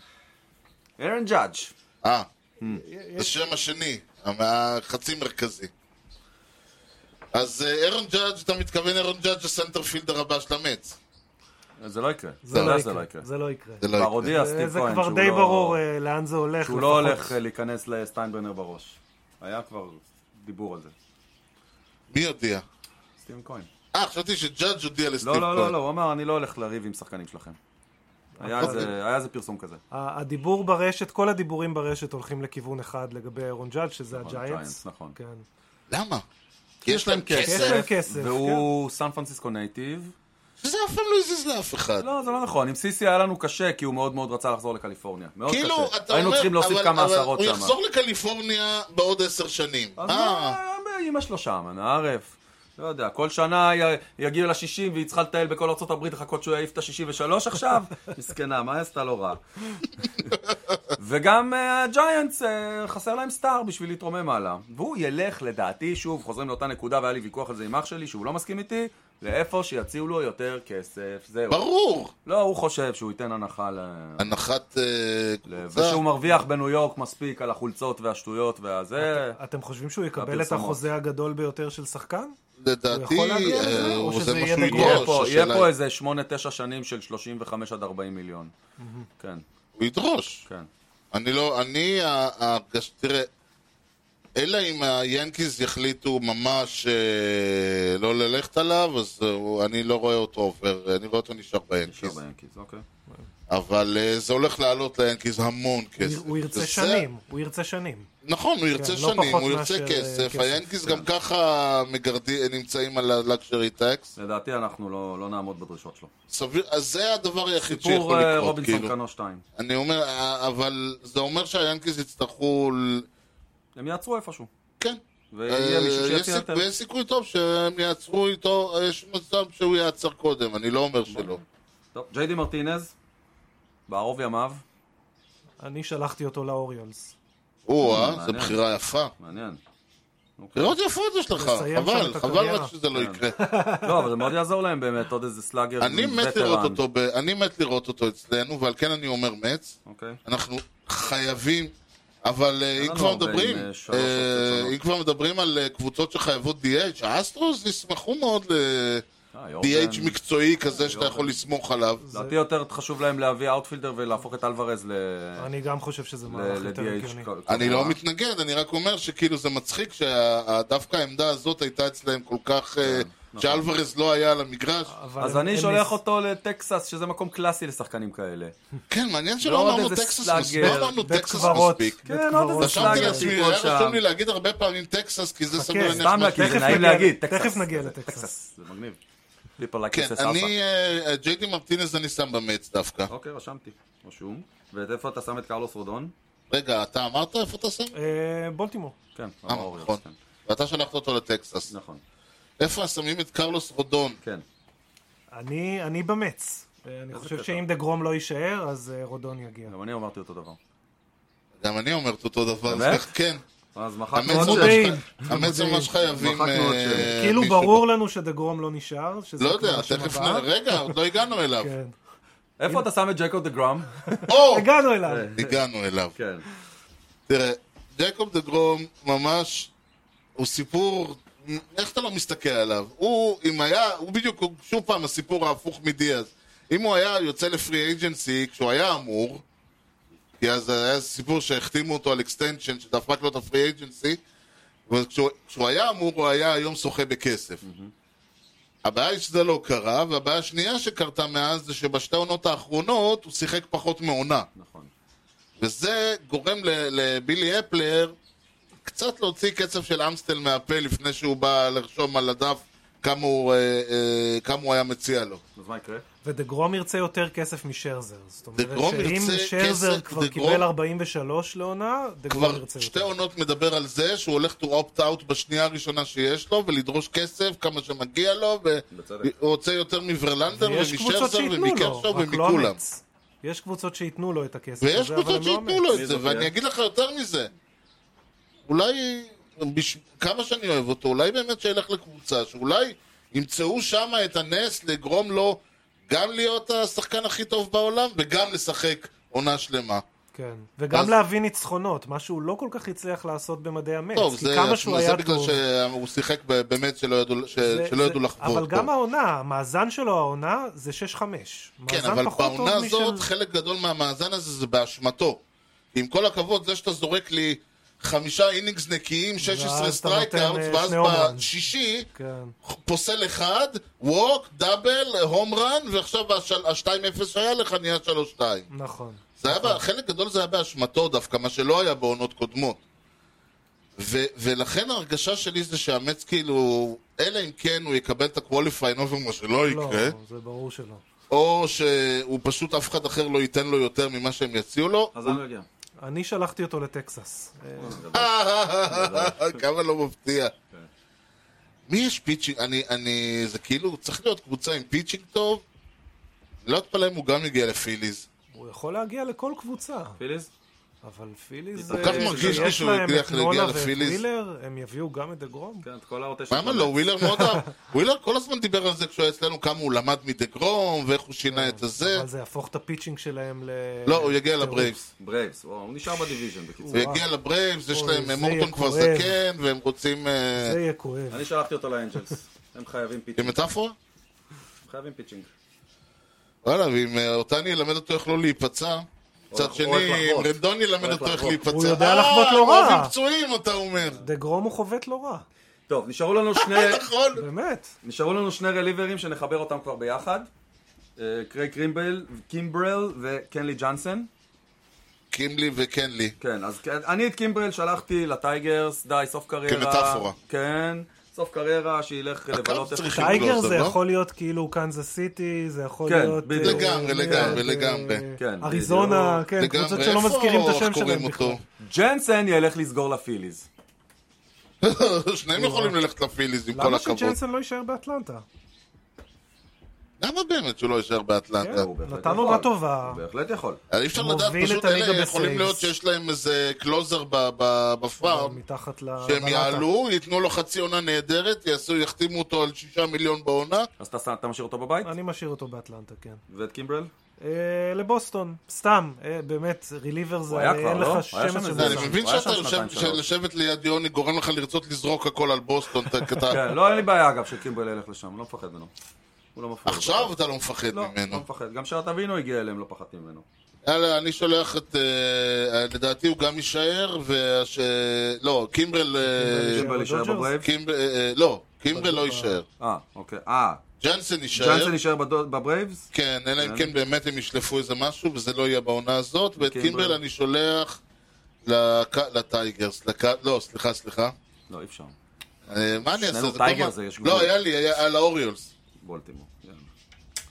ארן ג'אדג'. Hmm. אה, השם השני, החצי מרכזי. אז אה, אירון ג'אדג', אתה מתכוון אירון ג'אדג' הסנטרפילדר הבא של המץ. זה לא יקרה. זה לא יקרה. יקרה. זה לא יקרה. זה לא כבר יקרה. הודיע זה סטיב זה כהן כבר שהוא די לא- ברור אה, לאן זה הולך. שהוא לא לפחות. הולך אה, להיכנס לסטיינברנר בראש. היה כבר דיבור על זה. מי הודיע? סטיב כהן. אה, חשבתי שג'אדג' הודיע לסטיב לא, כהן. לא, לא, לא, הוא אמר, אני לא הולך לריב עם שחקנים שלכם. היה אוקיי. איזה- היה איזה פרסום כזה. ה- הדיבור ברשת, כל הדיבורים ברשת הולכים לכיוון אחד לגבי אירון ג'אדג', שזה נכון, הג'יינטס. ג'יינטס, נכון. כן. למה? כי יש להם יש כסף? כן. להם כסף. והוא סן פרנסיסקו נייטיב. שזה אף פעם לא הזיז לאף אחד. לא, זה לא נכון. עם סיסי היה לנו קשה, כי הוא מאוד מאוד רצה לחזור לקליפורניה. מאוד כאילו, קשה. אתה אומר... לא היינו צריכים להוסיף אבל- כמה אבל עשרות הוא שם. יחזור לקליפורניה בעוד עשר שנים. אז אה, מה, אמא שלו שם, מהערף. לא יודע, כל שנה י- יגיע ל-60 והיא צריכה לטייל בכל ארה"ב לחכות שהוא יעיף את ה-63 עכשיו? מסכנה, מה היא עשתה לא רע? וגם אה, הג'יינטס, אה, חסר להם סטאר בשביל להתרומם הלאה. והוא ילך, לדעתי, שוב, חוזרים לאותה נקודה, והיה לי ויכוח על זה עם אח שלי, שהוא לא מסכים איתי, לאיפה שיציעו לו יותר כסף, זהו. ברור. לא, הוא חושב שהוא ייתן הנחה ל... הנחת אה, קבוצה. ושהוא מרוויח בניו יורק מספיק על החולצות והשטויות אוקיי. והזה. אתם חושבים שהוא יקבל את הפרסומות. החוזה הגדול ביותר של שחקן? לדעתי, הוא יכול להגיע אה, לזה, או הוא שזה זה מה יהיה שהוא דגול? יהיה ידרוש. פה, יהיה השאלה פה היא- איזה 8-9 שנים של 35 עד 40 מיליון. כן, הוא ידרוש. כן. אני לא, אני, ה- ההרגש- תראה, אלא אם היאנקיז יחליטו ממש אה, לא ללכת עליו, אז אה, הוא- אני לא רואה אותו עובר, אני רואה אותו נשאר נשאר ביאנקיז. ביאנקיז, אוקיי. אבל אה, זה הולך לעלות ליאנקיז המון כסף. הוא- הוא ירצה וזה- שנים, הוא ירצה שנים. נכון, הוא ירצה לא שנים, פחות הוא ירצה מאשר, אה, כסף. כסף. כן. היאנקיז גם ככה מגרדי- נמצאים על הלקשרי טקס. לדעתי אנחנו לא לא נעמוד בדרישות שלו. סביר, אז זה הדבר היחיד סיפור שיכול אה, לקרות, רובינסון כאילו. קנו 2. אני אומר, אה, אבל זה אומר שהיאנקיז יצטרכו... ל- הם יעצרו איפשהו. כן. ויהיה אה, מישהו יש שיציע סיכ- יותר. ויש סיכוי טוב שהם יעצרו איתו, אה, יש מצב שהוא יעצר קודם, אני לא אומר שלא. טוב, ג'יי די מרטינז, בערוב ימיו, אני שלחתי אותו לאוריולס. או-אה, אה, זו מעניין. בחירה יפה. מעניין. אוקיי. בחירות יפות יש לך, לסיים שם חבל, את חבל הקריירה. רק שזה לא יקרה. לא, אבל זה מאוד יעזור להם באמת, עוד איזה סלאגר. אני מת וטרן. לראות אותו, ב- אני מת לראות אותו אצלנו, ועל כן אני אומר מצ. אוקיי. אנחנו חייבים, אבל אה, אם לנו כבר הרבה מדברים, עם, אה, שלוש אה, אופציות שונות. אם כבר מדברים על אה, קבוצות שחייבות DH, האסטרוס ישמחו מאוד אה, יורדן. ל-DH מקצועי אה, כזה שאתה יכול לסמוך עליו. לדעתי יותר חשוב להם להביא אאוטפילדר ולהפוך את אלוורז ל... אני גם חושב שזה מהלך אה, יותר הגיוני. ל-DH. אני אה. לא מתנגד, אני רק אומר שכאילו זה מצחיק שדווקא העמדה הזאת הייתה אצלהם כל כך... כן, אה, נכון. שאלוורז לא היה על המגרש. אבל אז הם- אני הם שולח ניס- אותו לטקסס, שזה מקום קלאסי לשחקנים כאלה. כן, מעניין ועוד שלא אמרנו לא איזה טקסס סלאגר, מספיק. לא אמרנו בית טקסס קברות. לא, מספיק. בית כן, עוד קברות. איזה רשמתי סלאגר. לעצמי, פה, היה שם. רשום לי להגיד הרבה פעמים טקסס, כי זה סמל סתם סתם לה, כי זה תכף נעים נגיע- להגיד, תכף טקסס. נגיע זה- לטקסס. זה מגניב. ליפר כן, לקסס אני, אה, ג'יי די מרטינז אני שם במץ דווקא. אוקיי, רשמתי. רשום. ואיפה אתה שם את קרלוס רודון? רגע, אתה אמרת איפה אתה שם? אה, בולטימור. כן, אה, אמר אוריוס, נכון. כן. ואתה שלחת אותו לטקסס. נכון, איפה שמים את קרלוס רודון? כן. אני אני במץ. אה, אני חושב קטע. שאם דה גרום לא יישאר, אז אה, רודון יגיע. גם אני אמרתי אותו דבר. גם אני אומר את אותו דבר. באמת? אז כן. אז המץ מחקנו ממש- עוד מודיעין. שם. המץ ממש חייבים... מחקנו עוד אה, שם. כאילו מישהו. ברור לנו שדה גרום לא נשאר, שזה לא כבר יודע, השם תכף נ... הבא. רגע, עוד לא הגענו אליו. כן. איפה אתה שם את ג'ייקוב דה גראם? או! הגענו אליו. אה. הגענו אליו. כן. תראה, ג'קוב דה גרום ממש, הוא סיפור, איך אתה לא מסתכל עליו? הוא, אם היה, הוא בדיוק, הוא שוב פעם הסיפור ההפוך מדיאז. אם הוא היה יוצא לפרי אייג'נסי כשהוא היה אמור, כי אז היה סיפור שהחתימו אותו על אקסטנשן, שדפק לו את הפרי אייג'נסי, וכשהוא כשהוא היה אמור, הוא היה היום שוחה בכסף. הבעיה היא שזה לא קרה, והבעיה השנייה שקרתה מאז זה שבשתי העונות האחרונות הוא שיחק פחות מעונה. נכון. וזה גורם ל- לבילי אפלר קצת להוציא קצב של אמסטל מהפה לפני שהוא בא לרשום על הדף כמה הוא, אה, אה, כמה הוא היה מציע לו. אז מה יקרה? ודה גרום ירצה יותר כסף משרזר. זאת אומרת דה גרום שאם ירצה שרזר כסף, כבר דה גרום- קיבל 43 לעונה, דה גרום כבר ירצה שתי יותר. עונות מדבר על זה שהוא הולך to opt out בשנייה הראשונה שיש לו ולדרוש כסף כמה שמגיע לו בצדק. והוא רוצה יותר מוורלנדר ויש קבוצות ומשרזר שייתנו לו, ומקרשו רק לא ומכולם. אמץ. יש קבוצות שייתנו לו את הכסף ויש הזה, אבל קבוצות הם לא שייתנו לו אמץ. מי את זה, זאת ואני תהיה? אגיד לך יותר מזה. אולי, בש... כמה שאני אוהב אותו, אולי באמת שילך לקבוצה, שאולי ימצאו שם את הנס לגרום לו גם להיות השחקן הכי טוב בעולם וגם לשחק עונה שלמה. כן. וגם אז- להביא ניצחונות, מה שהוא לא כל כך הצליח לעשות במדעי המץ. טוב, כן, כי זה, כמה שהוא זה היה בגלל טוב... שהוא שיחק ב- באמת שלא ידעו, ש, זה- שלא זה- ידעו לחוות. אבל טוב. גם העונה, המאזן שלו העונה זה 6-5. כן, מאזן אבל פחות טוב בעונה משל- הזאת חלק גדול מהמאזן הזה זה באשמתו. עם כל הכבוד, זה שאתה זורק לי חמישה אינינגס נקיים, 16 ואז אתה נותן, סטרייקאוטס, אה, ואז שני הום ראנס. בשישי כן. פוסל אחד, ווק, דאבל, הום רן, ועכשיו השל- ה-2-0 שהיה לך נהיה 3-2. נכון. זה היה, ב- חלק גדול זה היה באשמתו דווקא, מה שלא היה בעונות קודמות. ו- ולכן ההרגשה שלי זה שהמץ כאילו, אלא אם כן הוא יקבל את ה-qualifying over, מה שלא לא, יקרה. זה ברור שלא. או שהוא פשוט אף אחד אחר לא ייתן לו יותר ממה שהם יציעו לו. אז אני לא אגיע. אני שלחתי אותו לטקסס. כמה לא מפתיע. מי יש פיצ'ינג? אני, אני, זה כאילו, צריך להיות קבוצה עם פיצ'ינג טוב. לא אתפלא אם הוא גם יגיע לפיליז. הוא יכול להגיע לכל קבוצה, פיליז? אבל פיליז... כל אה, כך מרגיש לי שיש כאילו שהוא להם הצליח את נולה להגיע ואת לפיליז. ווילר, הם יביאו גם את דגרום. כן, את כל הרוטשן. למה לא? ווילר מאוד אהב. ווילר כל הזמן דיבר על זה כשהוא היה אצלנו, כמה הוא למד מדגרום, ואיך הוא שינה את הזה. אבל זה יהפוך את הפיצ'ינג שלהם ל... לא, הוא יגיע טירוף. לברייבס. ברייבס, וואו, הוא נשאר בדיוויז'ן בקיצור. הוא יגיע לברייבס, יש אוי, להם, זה מורטון יהיה כבר כואב. זקן, והם רוצים... אה, זה יהיה כואב. אני שלחתי אותו לאנג'לס. הם חייבים זה פיצ'ינג. מטאפורה? הם חייבים פיצ'ינג. וואלה, ואם אה, אותני ילמד אותו איך לא להיפצע, מצד איך- או איך שני, אם לחבוט. רנדון ילמד או איך אותו איך לחבוט. להיפצע. הוא יודע לחבוט לא רע. אה, הם אוהבים פצועים, אתה אומר. דגרום הוא חובט לא רע. טוב, נשארו לנו שני... נכון. באמת. נשארו לנו שני רליברים שנחבר אותם כבר ביחד. אה, קריי קרימבל, קימברל וקנלי ג'אנסן. קימלי וקנלי. כן, אז כן, אני את קימברל שלחתי לטייגרס, די, סוף קריירה. כמטאפורה. כן, סוף קריירה, שילך לבלות איך... צריכים- טייגר זה זה לא? יכול להיות כאילו קנזס סיטי, זה יכול כן, להיות... בדיוק. אה, לגמרי, אה, לגמרי, אה, לגמרי. כן, אריזונה, בדיוק. כן, קבוצות לגמרי, שלא מזכירים את איך השם קוראים שלהם בכלל. אותו? ג'נסן ילך לסגור לפיליז. אה, שניהם יכולים ללכת לפיליז, עם כל לא. למה הכבוד. שג'נסון לא יישאר באטלנטה? למה באמת שהוא לא יישאר באטלנטה? אה, הוא בהחלט נתן יכול. עונה טובה. הוא בהחלט יכול. אי אפשר הוא לדעת, כן. מוביל פשוט את הליגה אלה יכולים בסייבס. להיות שיש להם איזה קלוזר ב- ב- בפארם, אה, מתחת ל... שהם למטה. יעלו, ייתנו לו חצי עונה נהדרת, יעשו, יחתימו אותו על שישה מיליון בעונה, אז אתה אתה משאיר אותו בבית? אני משאיר אותו באטלנטה, כן. ואת קימברל? אה, לבוסטון, סתם, אה, באמת, ריליבר הוא זה, היה כבר, אין לא? לך הוא היה שם שמץ של איזה- אני מושג. מבין הוא היה שם שאתה יושב- שנתיים, שלוש. שלשבת ליד יוני גורם לך לרצות לזרוק הכל על בוסטון, אתה- כי אתה- כן, לא, אין לי בעיה אגב שקימברל ילך לשם, אני לא מפחד ממנו. הוא לא מפחד. עכשיו אתה לא מפחד לא, לא ממנו. מפחד. גם שרתבינו הגיע אליהם, לא פחדתי ממנו. יאללה, אני שולח את... אה, לדעתי הוא גם יישאר, והש... לא, קימברל... אה, קימברל יישאר בדודג'רס? בברייבס? קימבר- אה, אה, לא, קימברל לא יישאר. אה, אוקיי. אה, ג'נסן יישאר. ג'אנסון יישאר בדו- בברייבס? כן, אלא אם כן באמת הם ישלפו איזה משהו, וזה לא יהיה בעונה הזאת. ואת קימברל. קימברל אני שולח לק- לטייגרס. לק- לא, סליחה, סליחה. לא, אי אפשר. אה, מה אני אעשה? שנינו זה כל טייגרס, מה- יש גבול. לא, היה לי, היה על האוריולס. בולטימור. יאללה.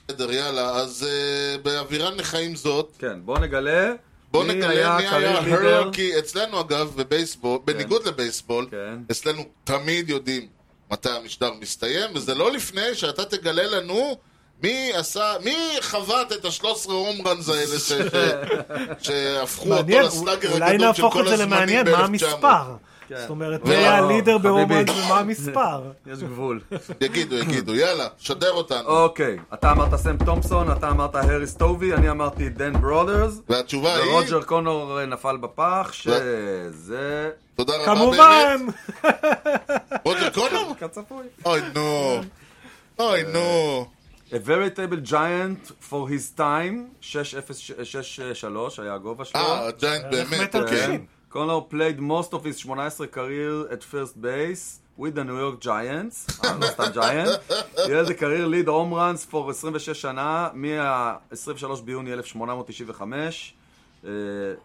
בסדר, יאללה, אז אה, באווירה לחיים זאת, כן, בוא נגלה. בוא נגלה מי היה career leader. הרלר, כי אצלנו אגב, בבייסבול, כן. בניגוד לבייסבול, כן. אצלנו תמיד יודעים מתי המשדר מסתיים, וזה לא לפני שאתה תגלה לנו מי עשה, מי חבט את ה-13 הום ראנס האלה ש- ש- שהפכו אותו מעניין, לסלאגר אולי הגדול של נהפוך את כל זה הזמנים למעניין, מה ב-1900. המספר? כן. זאת אומרת, לא, מי היה הלידר חביבי. בהומאנס ומה המספר? יש גבול. יגידו, יגידו, יאללה, שדר אותנו. אוקיי, אתה אמרת סם תומפסון, אתה אמרת האריס טובי, אני אמרתי דן ברודרס, והתשובה לא, לא, היא, לא. ורוג'ר קונור אה, נפל בפח, שזה... תודה רבה כמובן! באמת. רוג'ר קונור? כצפוי. אוי נו, אוי נו. A veritable giant for his time, 6063 היה הגובה שלו. אה, הג'יינט באמת, מטר אוקיי. תשעים. קונור played most of his 18 career at first base with the New York Giants, אה, לא סתם Giant, he held a career lead home runs for 26 שנה, מה-23 ביוני 1895, uh,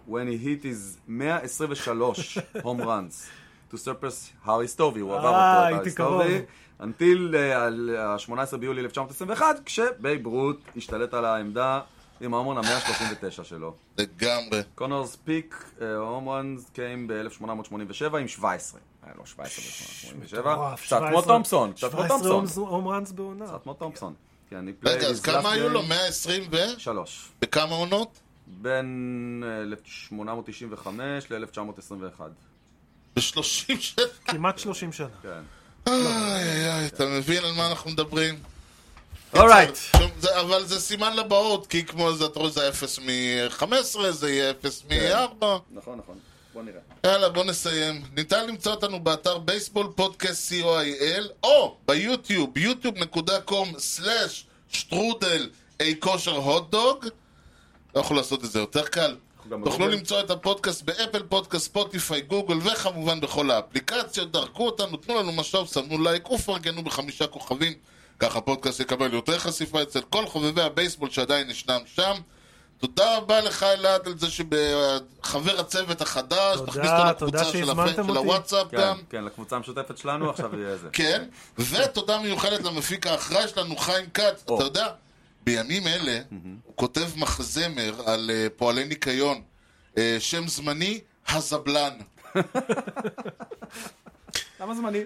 when he hit his 123 home runs to surpass הארי סטובי, הוא עבר אה, אותו את הארי הייתי קרוב. סטובי, until אה, ה-18 ביולי 1921, כשבייב רות השתלט על העמדה עם ההומרן ה-139 שלו. לגמרי. קונורס פיק, אה, הום ראנס קיים ב-1887 עם אה, 17. היה לו 17 ב-1887. וואו, קצת כמו 17 תומפסון, קצת כמו 17 תומפסון. הומס- הום ראנס בעונה. קצת כמו תומפסון. כן, אני פליי רגע, אז כמה היו לו? 120 ו... שלוש. בכמה עונות? בין אה, 1895 ל-1921. ב-30 שנה. אה, כמעט 30 שנה. כן. איי, איי, איי, אתה מבין על מה אנחנו מדברים? אורייט. שום- זה- אבל זה סימן לבאות, כי כמו זה, אתה רואה, זה 0 מ-15, זה יהיה 0 מ-4. נכון, נכון. בוא נראה. יאללה, בוא נסיים. ניתן למצוא אותנו באתר בייסבול פודקאסט co.il או ביוטיוב, yוטיוב.com/שטרודל אי כושר הוטדוג. לא יכול לעשות את זה יותר קל. גם תוכלו בגוגל. למצוא את הפודקאסט באפל פודקאסט, ספוטיפיי, גוגל וכמובן בכל האפליקציות. דרכו אותנו, תנו לנו משוב, סמנו לייק ופרגנו בחמישה כוכבים. ככה הפודקאסט יקבל יותר חשיפה אצל כל חובבי הבייסבול שעדיין ישנם שם. תודה רבה לך אלעד על זה שחבר הצוות החדש, תודה, תכניס אותו תודה לקבוצה של שהזמנתם הפ- של אותי. הוואטסאפ כן, גם. כן, לקבוצה המשותפת שלנו, עכשיו יהיה זה. כן, ותודה מיוחדת למפיק האחראי שלנו, חיים כץ. אתה או. יודע, בימים אלה הוא כותב מחזמר על אה, פועלי ניקיון, אה, שם זמני, הזבלן. למה זמני?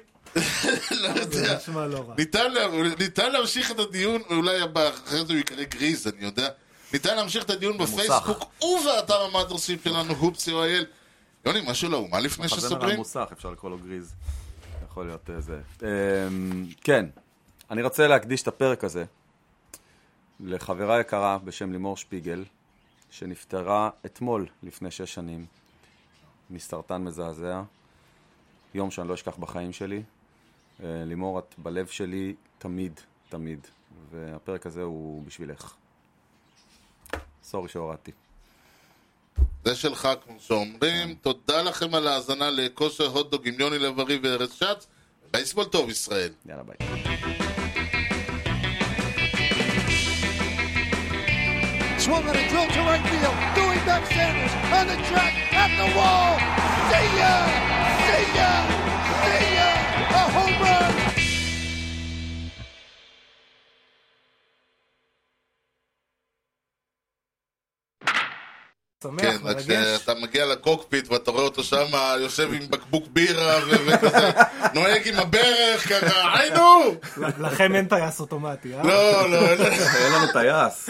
לא יודע. זה נשמע לא רע. ניתן לה- ניתן להמשיך את הדיון, אולי הבא, אחרי זה הוא יקרא גריז, אני יודע. ניתן להמשיך את הדיון בפייסבוק ובאתר המאדרסים שלנו, הופסי.או.אל. יוני, משהו לאומה לפני חזמר על שסוגרים? מוסך, אפשר לקרוא לו גריז. יכול להיות אה, זה. אמ, כן, אני רוצה להקדיש את הפרק הזה לחברה יקרה בשם לימור שפיגל, שנפטרה אתמול, לפני שש שנים, מסרטן מזעזע. יום שאני לא אשכח בחיים שלי. אה, לימור, את בלב שלי תמיד, תמיד. והפרק הזה הוא בשבילך. סורי שהורדתי. זה שלך, כמו שאומרים. תודה לכם על ההאזנה לכושר הוטדוג עם יוני לב-ארי וארז שץ. בייסבול טוב, ישראל. יאללה ביי. Swung on a drill to right field. Doing back Sanders on the track at the wall. See ya! See ya! See ya! A home run! כן, שמח, רק מרגש. כשאתה מגיע לקוקפיט ואתה רואה אותו שם יושב עם בקבוק בירה ו- וכזה, נוהג עם הברך ככה, היינו! לכם אין טייס אוטומטי, אה? לא, לא, לא. אין לנו טייס.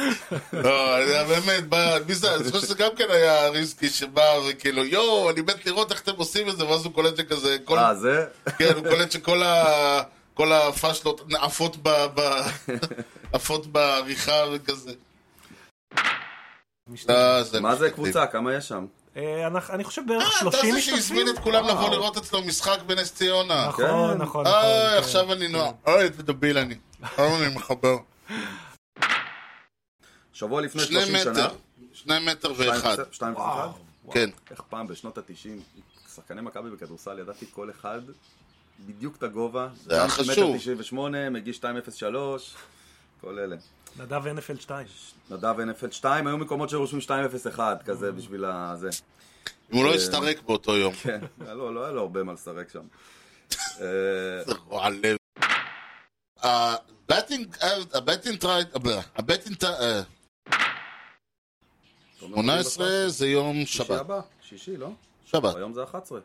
לא, זה היה באמת, מה- מי זה, אני חושב שזה גם כן היה ריסקי שבא וכאילו, יואו, אני מת לראות איך אתם עושים את זה, ואז הוא קולט שכזה, כל- אה, זה? כן, הוא קולט שכל ה- כל הפאשלות עפות ב- ב- עפות בעריכה וכזה. לא, מה זה משתתפים. קבוצה? כמה יש שם? אה, אנחנו- אני חושב בערך אה, אתה 30 זה משתתפים. שהזמין את כולם לבוא לראות אצלו משחק בנס ציונה. נכון, נכון, כן. נכון. אוי, כן. אה, עכשיו אני נוער. אוי, איזה דביל אני. היום אני מחבר. שבוע לפני שני 30 שנה. מטר. שני מטר ואחד. שתיים שתיים ואחד? וואו, כן. איך פעם בשנות התשעים, שחקני מכבי בכדורסל, ידעתי כל אחד בדיוק את הגובה. זה היה חשוב. מטר 98, מגיש 203, כל אלה. נדב NFL 2. נדב ונפל 2, היו מקומות שרושמים 201, כזה בשביל ה... זה. אם הוא לא יסתרק באותו יום. כן, היה לו- לא היה לו הרבה מה לסרק שם. אה, זה רוע לב. הבטינג, אה, הבטינג טרייד, הבטינג טרייד, אה, 18 זה יום שישי שבת. הבא? שישי, לא? שבת, היום זה 11.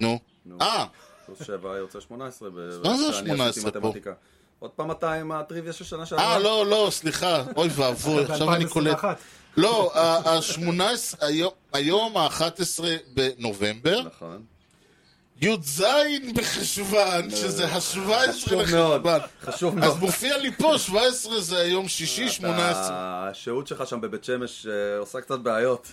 נו. נו. אה, פלוס 7 יוצא 18. ב- מה זה שאני עשיתי 18 פה? מתמטיקה. עוד פעם אתה עם הטריוויה של שנה שעברה. אה, לא, לא, סליחה. אוי ואבוי, עכשיו אני קולט. ב-2021. לא, ה-18, היום ה-11 בנובמבר, נכון. י"ז בחשוון, שזה ה-17 לא. חשוב מאוד. לחשוון. חשוב אז מאוד. מופיע לי פה, 17 זה היום שישי, 18. השהות שלך שם בבית שמש אה, עושה קצת בעיות.